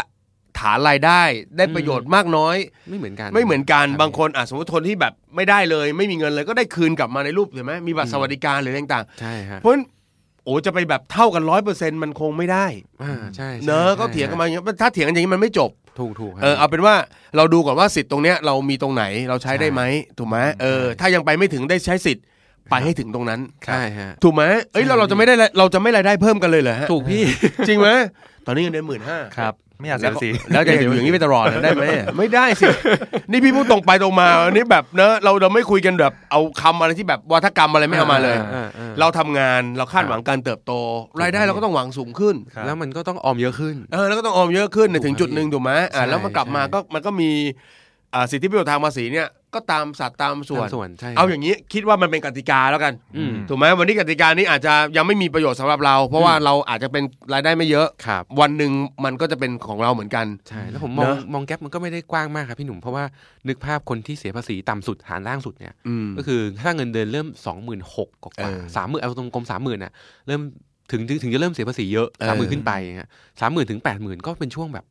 [SPEAKER 3] ฐานรายได้ ได้ประโยชน์มากน้อย
[SPEAKER 4] ไม่เหมือนกัน
[SPEAKER 3] ไม่เหมือนกัน
[SPEAKER 4] ครับ
[SPEAKER 3] บางคนอ่ะสมมติคนที่แบบไม่ได้เลย ไม่มีเงินเลยก็ได้คืนกลับมาในรูปเห็นไหมมีบัตร
[SPEAKER 4] อืม
[SPEAKER 3] สวัสดิการหรืออะไรต่าง
[SPEAKER 4] ใช่ฮะ
[SPEAKER 3] ๆเพราะฉะนั้นโอ้จะไปแบบเท่ากันร้อยเปอร์เซ็นต์มันคงไม่ได้
[SPEAKER 4] อ่าใช่ใช่
[SPEAKER 3] เนอะ
[SPEAKER 4] ใช่
[SPEAKER 3] ก็เถียงกันมาอย่างเงี้ยถ้าเถียงกันอย่างนี้มันไม่จบ
[SPEAKER 4] ถูกถูกครับ
[SPEAKER 3] เออเอาเป็นว่าเราดูก่อนว่าสิทธิ์ตรงเนี้ยเรามีตรงไหนเราใช้ได้ไหมถูกไหมเออถ้ายังไปไม่ถึงได้ใช้สิทธิ์ไปให้ถึงตรงนั้น
[SPEAKER 4] ใช่ฮะ
[SPEAKER 3] ถูกไหม เอ้ยเราเราจะไม่ได้เราจะไม่รายได้เพิ่มกันเลยเหรอฮะ
[SPEAKER 4] ถูกพี่
[SPEAKER 3] จริงไหมตอนนี้เงินเดือนหมื่นห้า
[SPEAKER 2] ครับ ไม่อยากเสียภาษี
[SPEAKER 3] แล้วจะอยู่อย่างนี้ไปตลอดนะได้ไหมไม่ได้สิ นี่พี่พูดตรงไปตรงมาอันนี่แบบเนอะเราเราไม่คุยกันแบบเอาคำอะไรที่แบบวาทกรรมอะไรไม่เอามาเลย
[SPEAKER 4] ออออ
[SPEAKER 3] เราทำงานเราคาดหวังการเติบโต รายได้เราก็ต้องหวังสูงขึ้น
[SPEAKER 2] ครับ
[SPEAKER 4] แล้วมันก็ต้องออมเยอะขึ้น
[SPEAKER 3] เออแล้วก็ต้องออมเยอะขึ้นในถึง
[SPEAKER 4] ถู
[SPEAKER 3] จุ
[SPEAKER 4] ก
[SPEAKER 3] ด
[SPEAKER 4] ครับ
[SPEAKER 3] หนึ่งถูกไหมอ่า
[SPEAKER 4] ใช่
[SPEAKER 3] แล้วมากลับมา
[SPEAKER 4] ใช่
[SPEAKER 3] ก็มันก็มีอ่าสิทธิประโยชน์ทางภาษีเนี่ยก็ตามสัตว์ตามส่วน
[SPEAKER 4] ส่วนใช่
[SPEAKER 3] เอาอย่างนี้คิดว่ามันเป็นกติกาแล้วกัน
[SPEAKER 4] อืม
[SPEAKER 3] ถูกไหมวันนี้กติกานี้อาจจะยังไม่มีประโยชน์สำหรับเรา เพราะว่าเราอาจจะเป็นรายได้ไม่เยอะ
[SPEAKER 4] ครับ
[SPEAKER 3] วันหนึ่งมันก็จะเป็นของเราเหมือนกัน
[SPEAKER 4] ใช่ แล้วผมมอง
[SPEAKER 3] เนอะ
[SPEAKER 4] มองแก๊ปมันก็ไม่ได้กว้างมากครับพี่หนุ่ม เพราะว่านึกภาพคนที่เสียภาษีต่ำสุดหารล่างสุดเนี่ย
[SPEAKER 3] อืม
[SPEAKER 4] ก็คือถ้าเงินเดือนเริ่ม 26,000ก
[SPEAKER 3] เอ
[SPEAKER 4] ว่า
[SPEAKER 3] อ
[SPEAKER 4] สามหมื่นเอาตรงกลมสามหมื่นอ่ะเริ่มถึงถึงถึงจะเริ่มเสียภาษีเยอะ
[SPEAKER 3] เออ
[SPEAKER 4] สามหมื่นขึ้นไปอย่างเงี้ยสามหมื่นถึงแปดหมื่นก็เป็นช่วงแบบ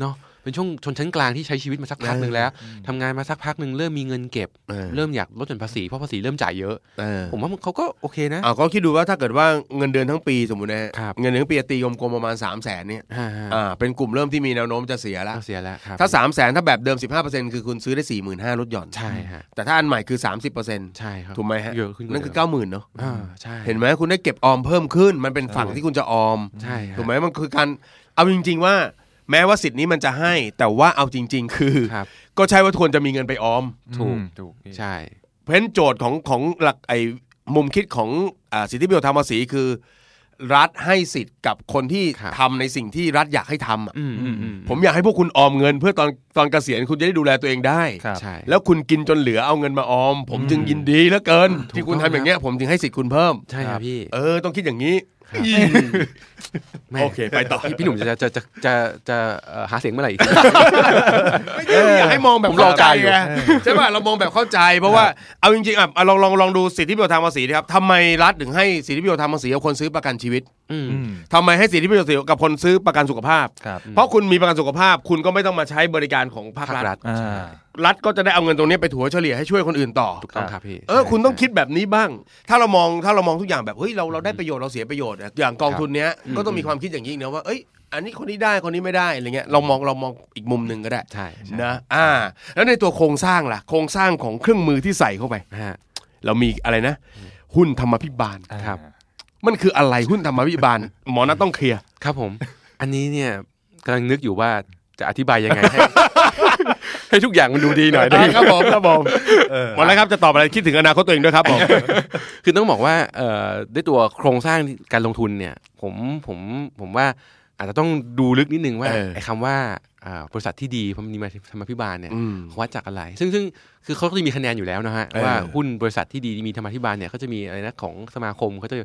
[SPEAKER 4] เนาะเป็นช่วงชนชั้นกลางที่ใช้ชีวิตมาสักพักหนึ่งแล้วทำงานมาสักพักหนึ่งเริ่มมีเงินเก็บ
[SPEAKER 3] เออ
[SPEAKER 4] เริ่มอยากลดหย่อนภาษีเพราะภาษีเริ่มจ่ายเยอะ
[SPEAKER 3] เออ
[SPEAKER 4] ผมว่ามันเขาก็โอเคนะ
[SPEAKER 3] เอาก็คิดดูว่าถ้าเกิดว่าเงินเดือนทั้งปีสมมตินะฮะ
[SPEAKER 4] ครับ
[SPEAKER 3] เงินเดือนทั้งปีตีกลมๆประมาณ3 0 0แสนเนี่ย
[SPEAKER 4] อ่าฮะ
[SPEAKER 3] อ่าเป็นกลุ่มเริ่มที่มีแนวโน้มจะเสียแล้ว
[SPEAKER 4] เอาเสียแล้วครับ
[SPEAKER 3] ถ้า3 0 0แสนถ้าแบบเดิม 15%คือคุณซื้อได้ 4 5 0 0 0ลดหย่อน
[SPEAKER 4] ใช่ฮะ
[SPEAKER 3] แต่ถ้าอันใหม่คือ 30%
[SPEAKER 4] ใช่ครับ
[SPEAKER 3] ถูกไหมฮะ
[SPEAKER 4] เยอะขึ้นว่
[SPEAKER 3] นั่นคือ
[SPEAKER 4] ดิม
[SPEAKER 3] 90,000เนาะ
[SPEAKER 4] อ่าใช่
[SPEAKER 3] เห็นไหมคุณได้เก็บออมเพิ่มขึ้น มันเป็นฝั่งที่คุณจะออม
[SPEAKER 4] ใช่ฮะ
[SPEAKER 3] ถูกไหมมันคือการเอาจริง ๆ ว่า แม้ว่าสิทธิ์นี้มันจะให้ แต่ว่าเอาจริง ๆ คือ
[SPEAKER 4] ครับ
[SPEAKER 3] ก็ใช่ว่าทุกคนจะมีเงินไปออม
[SPEAKER 4] ถูก
[SPEAKER 2] อืมถูก
[SPEAKER 4] ใช่
[SPEAKER 3] เพราะฉะนั้นโจทย์ของของหลักไอ้มุมคิดของอาสิทธิประโยชน์ทางภาษีคือ รัฐให้สิทธิ์กับคนที่ทำในสิ่งที่รัฐอยากให้ทำอะ
[SPEAKER 4] อืมอืมอืม
[SPEAKER 3] ผมอยากให้พวกคุณออมเงิน เพื่อตอนตอนเกษียณคุณจะได้ดูแลตัวเองได้
[SPEAKER 2] ครับ
[SPEAKER 4] ใช่
[SPEAKER 3] แล้วคุณกินจนเหลือเอาเงินมาออม ผมจึงยินดีเหลือเกิน
[SPEAKER 4] ถูก
[SPEAKER 3] ที่คุณ
[SPEAKER 4] ต้อ
[SPEAKER 3] ทำ
[SPEAKER 4] ง
[SPEAKER 3] อย่างเนี้ยผมจึงให้สิทธิ์คุณเพิ่ม
[SPEAKER 4] ใช่ครับพี่
[SPEAKER 3] เออ ต้องคิดอย่างนี้
[SPEAKER 4] แม่
[SPEAKER 3] โอเคไปต่อ
[SPEAKER 4] พี่พี่หนุ่มจะจะจะจะจะเอ่อหาเสียงเมื่อไหร่
[SPEAKER 3] ไม่ใช่อยากให้มองแบบ
[SPEAKER 4] ผมรอ
[SPEAKER 3] เข้าใจ
[SPEAKER 4] การอยู่
[SPEAKER 3] ไงใช่ป่ะเรามองแบบเข้าใจ เพราะว่าเอาจริงๆอ่ะอ่ะลองลองลองดูสิทธิประโยชน์ทางภาษีนะครับทำไมรัฐถึงให้สิทธิประโยชน์ทางภาษีกับคนซื้อประกันชีวิต
[SPEAKER 4] อืม
[SPEAKER 2] อืม
[SPEAKER 3] ทำไมให้สิทธิประโยชน์กับคนซื้อประกันสุขภาพ
[SPEAKER 2] ครับ
[SPEAKER 3] เพราะคุณมีประกันสุขภาพ คุณก็ไม่ต้องมาใช้บริการของภาค
[SPEAKER 4] ภาค
[SPEAKER 3] รั
[SPEAKER 4] รั
[SPEAKER 3] ฐ
[SPEAKER 4] ฐ
[SPEAKER 2] อ่า
[SPEAKER 4] ใช่
[SPEAKER 3] รัฐก็จะได้เอาเงินตรงนี้ไปถัวเฉลี่ยให้ช่วยคนอื่นต่อ
[SPEAKER 4] ถูกต้องครับพี่
[SPEAKER 3] เออ คุณต้อง
[SPEAKER 4] ใช่
[SPEAKER 3] คิดแบบนี้บ้าง ถ้าเรามองถ้าเรามองทุกอย่างแบบเฮ้ยเราเราได้ประโยชน์เราเสียประโยชน์อะอย่างกองทุนเนี้ย
[SPEAKER 4] ครับ
[SPEAKER 3] ก็ต้องมีความคิดอย่างยิ่งนะว่าเอ้ยอันนี้คนนี้ได้คนนี้ไม่ได้อะไรเงี้ยเรามองเรามองอีกมุมหนึ่งก็ได้
[SPEAKER 4] ใช่ใช่
[SPEAKER 3] นะ อ่า แล้วในตัวโครงสร้างล่ะ โครงสร้างของเครื่องมือที่ใส่เข้าไป
[SPEAKER 4] ฮะ
[SPEAKER 3] เรามีอะไรนะ หุ้นธรรมพิบาล
[SPEAKER 4] ครับ
[SPEAKER 3] มันคืออะไรหุ้นธรรมพิบาล หมอนัทต้องเคลียร์
[SPEAKER 4] ครับผม อันนี้เนี่ยกำลังนึกอยู่ว่าจะอธิบายยังไงให้ ให้ทุกอย่างมันดูดีหน่อยนะ
[SPEAKER 3] นะครับผมครับผมหมดแล้วครับ จะตอบอะไร คิดถึงอนาคตตัวเองด้วยครับผม
[SPEAKER 4] คือต้องบอกว่าเอ่อด้วยตัวโครงสร้างการลงทุนเนี่ย ผมผมผมว่าอาจจะต้องดูลึกนิดนึงว่า
[SPEAKER 3] เออ
[SPEAKER 4] ไอ้คำว่าอ่าบริษัทที่ดีพมีมาธรรมพิบาลเนี่ย
[SPEAKER 3] อืม
[SPEAKER 4] วัดจากอะไร ซึ่งซึ่งคือเขาก็จะมีคะแนนอยู่แล้วนะฮะ
[SPEAKER 3] เออ
[SPEAKER 4] ว่าหุ้นบริษัทที่ดีมีธรรมาธิบาลเนี่ยเขาจะมีอะไรนะของสมาคมเขาจะ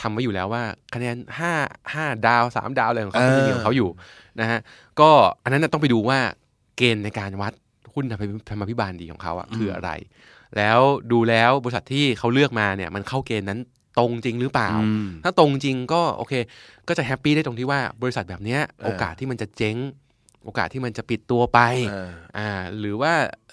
[SPEAKER 4] ทำไว้อยู่แล้วว่าคะแนนห้าห้าดาวสามดาวอะไรของเขาก็จะมีของเขาอยู่นะฮะ ก็อันนั้นนะต้องไปดูว่าเกณฑ์ในการวัดหุ้นธรรมธรรมาภิบาลดีของเขาอะคืออะไร แล้วดูแล้วบริษัทที่เขาเลือกมาเนี่ยมันเข้าเกณฑ์นั้นตรงจริงหรือเป ล่า
[SPEAKER 3] อืม
[SPEAKER 4] ถ้าตรงจริงก็โอเค ก็จะแฮปปี้ได้ตรงที่ว่าบริษัทแบบเนี้ย
[SPEAKER 3] เออ
[SPEAKER 4] โอกาสที่มันจะเจ๊ง โอกาสที่มันจะปิดตัวไป
[SPEAKER 3] เออ
[SPEAKER 4] อ่าหรือว่า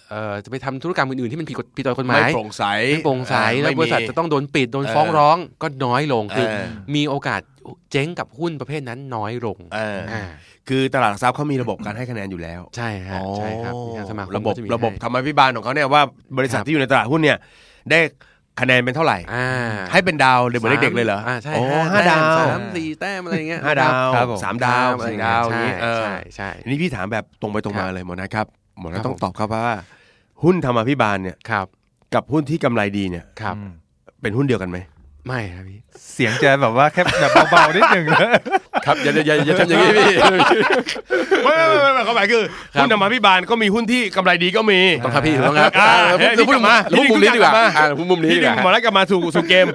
[SPEAKER 4] เอ่อจะไปทำธุรกรรมอื่นๆที่มันผิดกฎผิดต่อกฎหมา
[SPEAKER 3] ไม่
[SPEAKER 4] ย
[SPEAKER 3] โปร่งใส
[SPEAKER 4] ไม่โปร่งใส
[SPEAKER 3] เออ
[SPEAKER 4] แล้ว
[SPEAKER 3] ไม่มี
[SPEAKER 4] บริษัทจะต้องโดนปิดโดน
[SPEAKER 3] เออ
[SPEAKER 4] ฟ้องร้องก็น้อยลงคือ
[SPEAKER 3] เออ
[SPEAKER 4] มีโอกาสเจ๊งกับหุ้นประเภทนั้นน้อยลง
[SPEAKER 3] เออ
[SPEAKER 4] อ่า
[SPEAKER 3] คือตลาดหลักทรัพย์เขามีระบบการให้คะแนนอยู่ แล้ว
[SPEAKER 4] ใช่ฮะใช่ครับมีทางสมาคม
[SPEAKER 3] ระบบ
[SPEAKER 4] ก็จมี
[SPEAKER 3] ระบบ
[SPEAKER 4] ให้
[SPEAKER 3] ธรรมพิบาลของเขาเนี่ยว่าบริษั
[SPEAKER 4] ค
[SPEAKER 3] ท
[SPEAKER 4] รับ
[SPEAKER 3] ที่อยู่ในตลาดหุ้นเนี่ย ได้คะแนนเป็นเท่าไหร่
[SPEAKER 4] อ่า
[SPEAKER 3] ให้เป็นดาวเลยเหมือนเด็กๆเลยเหรอ
[SPEAKER 4] อ่าใช่
[SPEAKER 3] โอ้
[SPEAKER 4] แต้ม
[SPEAKER 3] ห้าดาว
[SPEAKER 4] สามสี่แต้มอะไรอย่างเงี้ย
[SPEAKER 3] ห้าดาว
[SPEAKER 2] ครับผม
[SPEAKER 3] สามดาว
[SPEAKER 4] อะไรอ
[SPEAKER 3] สี่
[SPEAKER 4] ย่งเงี้
[SPEAKER 3] ดาวย อย่างนี้เออ
[SPEAKER 4] ใช่ใช่
[SPEAKER 3] นี่พี่ถามแบบตรงไปตรงมา
[SPEAKER 4] ครับ
[SPEAKER 3] เลยหมอนะครับหมอนะครับ ต้องตอบครับว่า หุ้นธรรมาภิบาลเนี่ย
[SPEAKER 4] ครับ
[SPEAKER 3] กับหุ้นที่กำไรดีเนี่ย
[SPEAKER 4] ครับ
[SPEAKER 2] อืม
[SPEAKER 3] เป็นหุ้นเดียวกันไหม
[SPEAKER 4] ไม่ครับพี่
[SPEAKER 2] เสียงจะแบบว่าแค่แบบเบาๆนิดหนึ่งนะครับ
[SPEAKER 4] อย่าอย่าอย่าทำอย่างนี้พี่
[SPEAKER 3] ไม่ไม่ไม่เขาหมายคือ
[SPEAKER 4] ครับ
[SPEAKER 3] หุ้นธรรมาภิบาลก็มีหุ้นที่กำไรดีก็มี
[SPEAKER 4] ต้องครับพี่ต้องครับ
[SPEAKER 3] อ่า
[SPEAKER 4] เออพูดพูด
[SPEAKER 3] เฮ้ยนี่
[SPEAKER 4] พูดมุมนี้ดีกว่า
[SPEAKER 3] มา
[SPEAKER 4] อ่าพูดมุมนี้
[SPEAKER 3] ที่
[SPEAKER 4] ดี
[SPEAKER 3] ดึ
[SPEAKER 4] กว่าง
[SPEAKER 3] หมอรักกลับมาสู่สู่เกม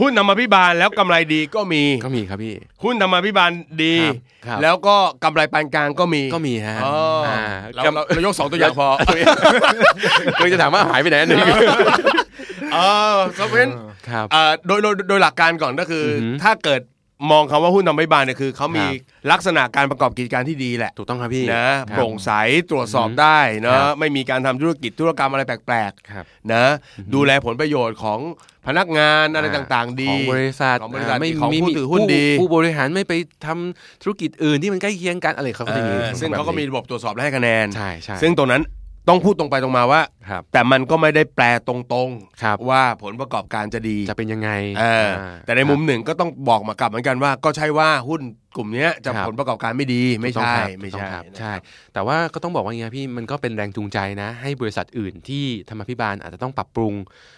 [SPEAKER 3] หุ้นธรรมาภิบาลแล้วกำไรดีก็มี
[SPEAKER 4] ก็มีครับพี่
[SPEAKER 3] หุ้นธรรมาภิบาลดี
[SPEAKER 4] ครับครับ
[SPEAKER 3] แล้วก็กำไรปานกลางก็มี
[SPEAKER 4] ก็มีฮะ
[SPEAKER 3] อ๋ออา เรา
[SPEAKER 4] กำ
[SPEAKER 3] เราเรายกสองตัวอย่างพอ
[SPEAKER 4] ก็จะถามว่าหายไปไหนอันหนึ่ง
[SPEAKER 3] เออเพราะฉะนั้น
[SPEAKER 4] ครับ
[SPEAKER 3] เอ่อโดยโดยโดยหลักการก่อนก็คืออ
[SPEAKER 4] อหือ
[SPEAKER 3] ถ้าเกิดมองคำว่าหุ้นทำไม่บานเนี่ยคือเขามี
[SPEAKER 4] ครับ
[SPEAKER 3] ลักษณะการประกอบกิจการที่ดีแหละ
[SPEAKER 4] ถูกต้องครับพี่
[SPEAKER 3] นะ
[SPEAKER 4] คบ
[SPEAKER 3] โปร่งใสตรวจสอบได้
[SPEAKER 4] ค
[SPEAKER 3] นะ
[SPEAKER 4] รับ
[SPEAKER 3] ไม่มีการทำธุรกิจธุรกรรมอะไรแปลก
[SPEAKER 4] ครับ
[SPEAKER 3] ๆนะดูแลผลประโยชน์ของพนักงานอะไรต่างๆ ดี
[SPEAKER 4] ของบริษัท
[SPEAKER 3] ของบริษัท
[SPEAKER 4] อ่าไม่
[SPEAKER 3] ของ
[SPEAKER 4] ไม่
[SPEAKER 3] ผู้
[SPEAKER 4] มี
[SPEAKER 3] ถือหุ้นดี
[SPEAKER 4] ผู้บริหารไม่ไปทำธุรกิจอื่นที่มันใกล้เคียงกันอะไรเขาก็
[SPEAKER 3] เอ
[SPEAKER 4] จะมี
[SPEAKER 3] อซึ่งเขาก็มีระบบตรวจสอบและให้คะแนน
[SPEAKER 4] ใช่ใช่
[SPEAKER 3] ซึ่งตรงนั้นต้องพูดตรงไปตรงมาว่า
[SPEAKER 4] ครับ
[SPEAKER 3] แต่มันก็ไม่ได้แปลตรง
[SPEAKER 4] ครับ
[SPEAKER 3] ว่าผลประกอบการจะดี
[SPEAKER 4] จะเป็นยังไง
[SPEAKER 3] เออ
[SPEAKER 4] อ่า
[SPEAKER 3] แต่ในมุมหนึ่งก็ต้องบอกมากลับเหมือนกันว่า ก็ใช่ว่าหุ้นกลุ่มเนี้ยจะ
[SPEAKER 4] ครับ
[SPEAKER 3] ผลประกอบการไม่ดีไม่
[SPEAKER 4] ถูกต้
[SPEAKER 3] ใช่
[SPEAKER 4] องครับ
[SPEAKER 3] ไม่
[SPEAKER 4] ถูกต้
[SPEAKER 3] ใช่
[SPEAKER 4] องครับ
[SPEAKER 3] นะ
[SPEAKER 4] ใช่ แต่ว่าก็ต้องบอกว่าอย่างเงี้ยพี่มันก็เป็นแรงจูงใจนะ ให้บริษัทอื่นที่ธรรมาภิบาลอาจจะต้องปรับปรุง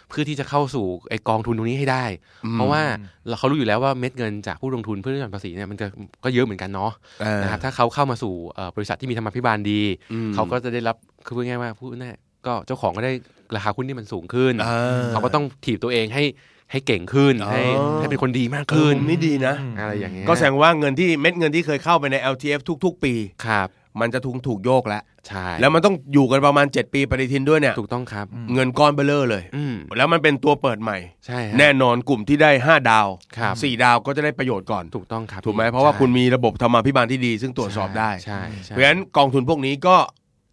[SPEAKER 4] เพื่อที่จะเข้าสู่ไอกองทุนตรงนี้ให้ได้
[SPEAKER 3] อืม
[SPEAKER 4] เพราะว่าเราเขารู้อยู่แล้วว่าเม็ดเงินจากผู้ลงทุนเพื่อที่จะภาษีเนี่ยมันก็ก็เยอะเหมือนกันเนาะ
[SPEAKER 3] เออ
[SPEAKER 4] นะครับถ้าเขาเข้ามาสู่เอ่อบริษัทที่มีธรรมาภิบาลดี
[SPEAKER 3] อืม
[SPEAKER 4] เขาก็จะได้รับคือพูดง่ายๆว่าพูดง่ายๆก็เจ้าของก็ได้ราคาหุ้นที่มันสูงขึ้น
[SPEAKER 3] เออ
[SPEAKER 4] เขาก็ต้องถีบตัวเองให้ให้เก่งขึ้น
[SPEAKER 3] อ๋อ
[SPEAKER 4] ให้ให้เป็นคนดีมาก
[SPEAKER 3] คื
[SPEAKER 4] ขึ้น
[SPEAKER 3] นนี่ดีนะ
[SPEAKER 4] อะไรอย่างเงี้ย
[SPEAKER 3] ก็แสดงว่าเงินที่เม็ดเงินที่เคยเข้าไปใน LTF ทุก ๆ ปี
[SPEAKER 4] ครับ
[SPEAKER 3] มันจะถูกถูกโยกแล้ว
[SPEAKER 4] ใช่
[SPEAKER 3] แล้วมันต้องอยู่กันประมาณ 7 ปีปฏิทินด้วยเนี่ย
[SPEAKER 4] ถูกต้องครับ
[SPEAKER 3] เงินก้อนเบลเลอร์เลย
[SPEAKER 4] อืม
[SPEAKER 3] แล้วมันเป็นตัวเปิดใหม่
[SPEAKER 4] ใช่ฮะ
[SPEAKER 3] แน่นอนกลุ่มที่ได้ 5 ดาว
[SPEAKER 4] ครับ
[SPEAKER 3] 4 ดาวก็จะได้ประโยชน์ก่อน
[SPEAKER 4] ถูกต้องครับ
[SPEAKER 3] ถูกไหม
[SPEAKER 4] พี่
[SPEAKER 3] เพราะว่า
[SPEAKER 4] ใช่
[SPEAKER 3] คุณมีระบบธรรมาภิบาลที่ดี ซึ่งตรวจสอบได้
[SPEAKER 4] ใช่ใช่
[SPEAKER 3] เพราะฉะนั้นกองทุนพวกนี้ก็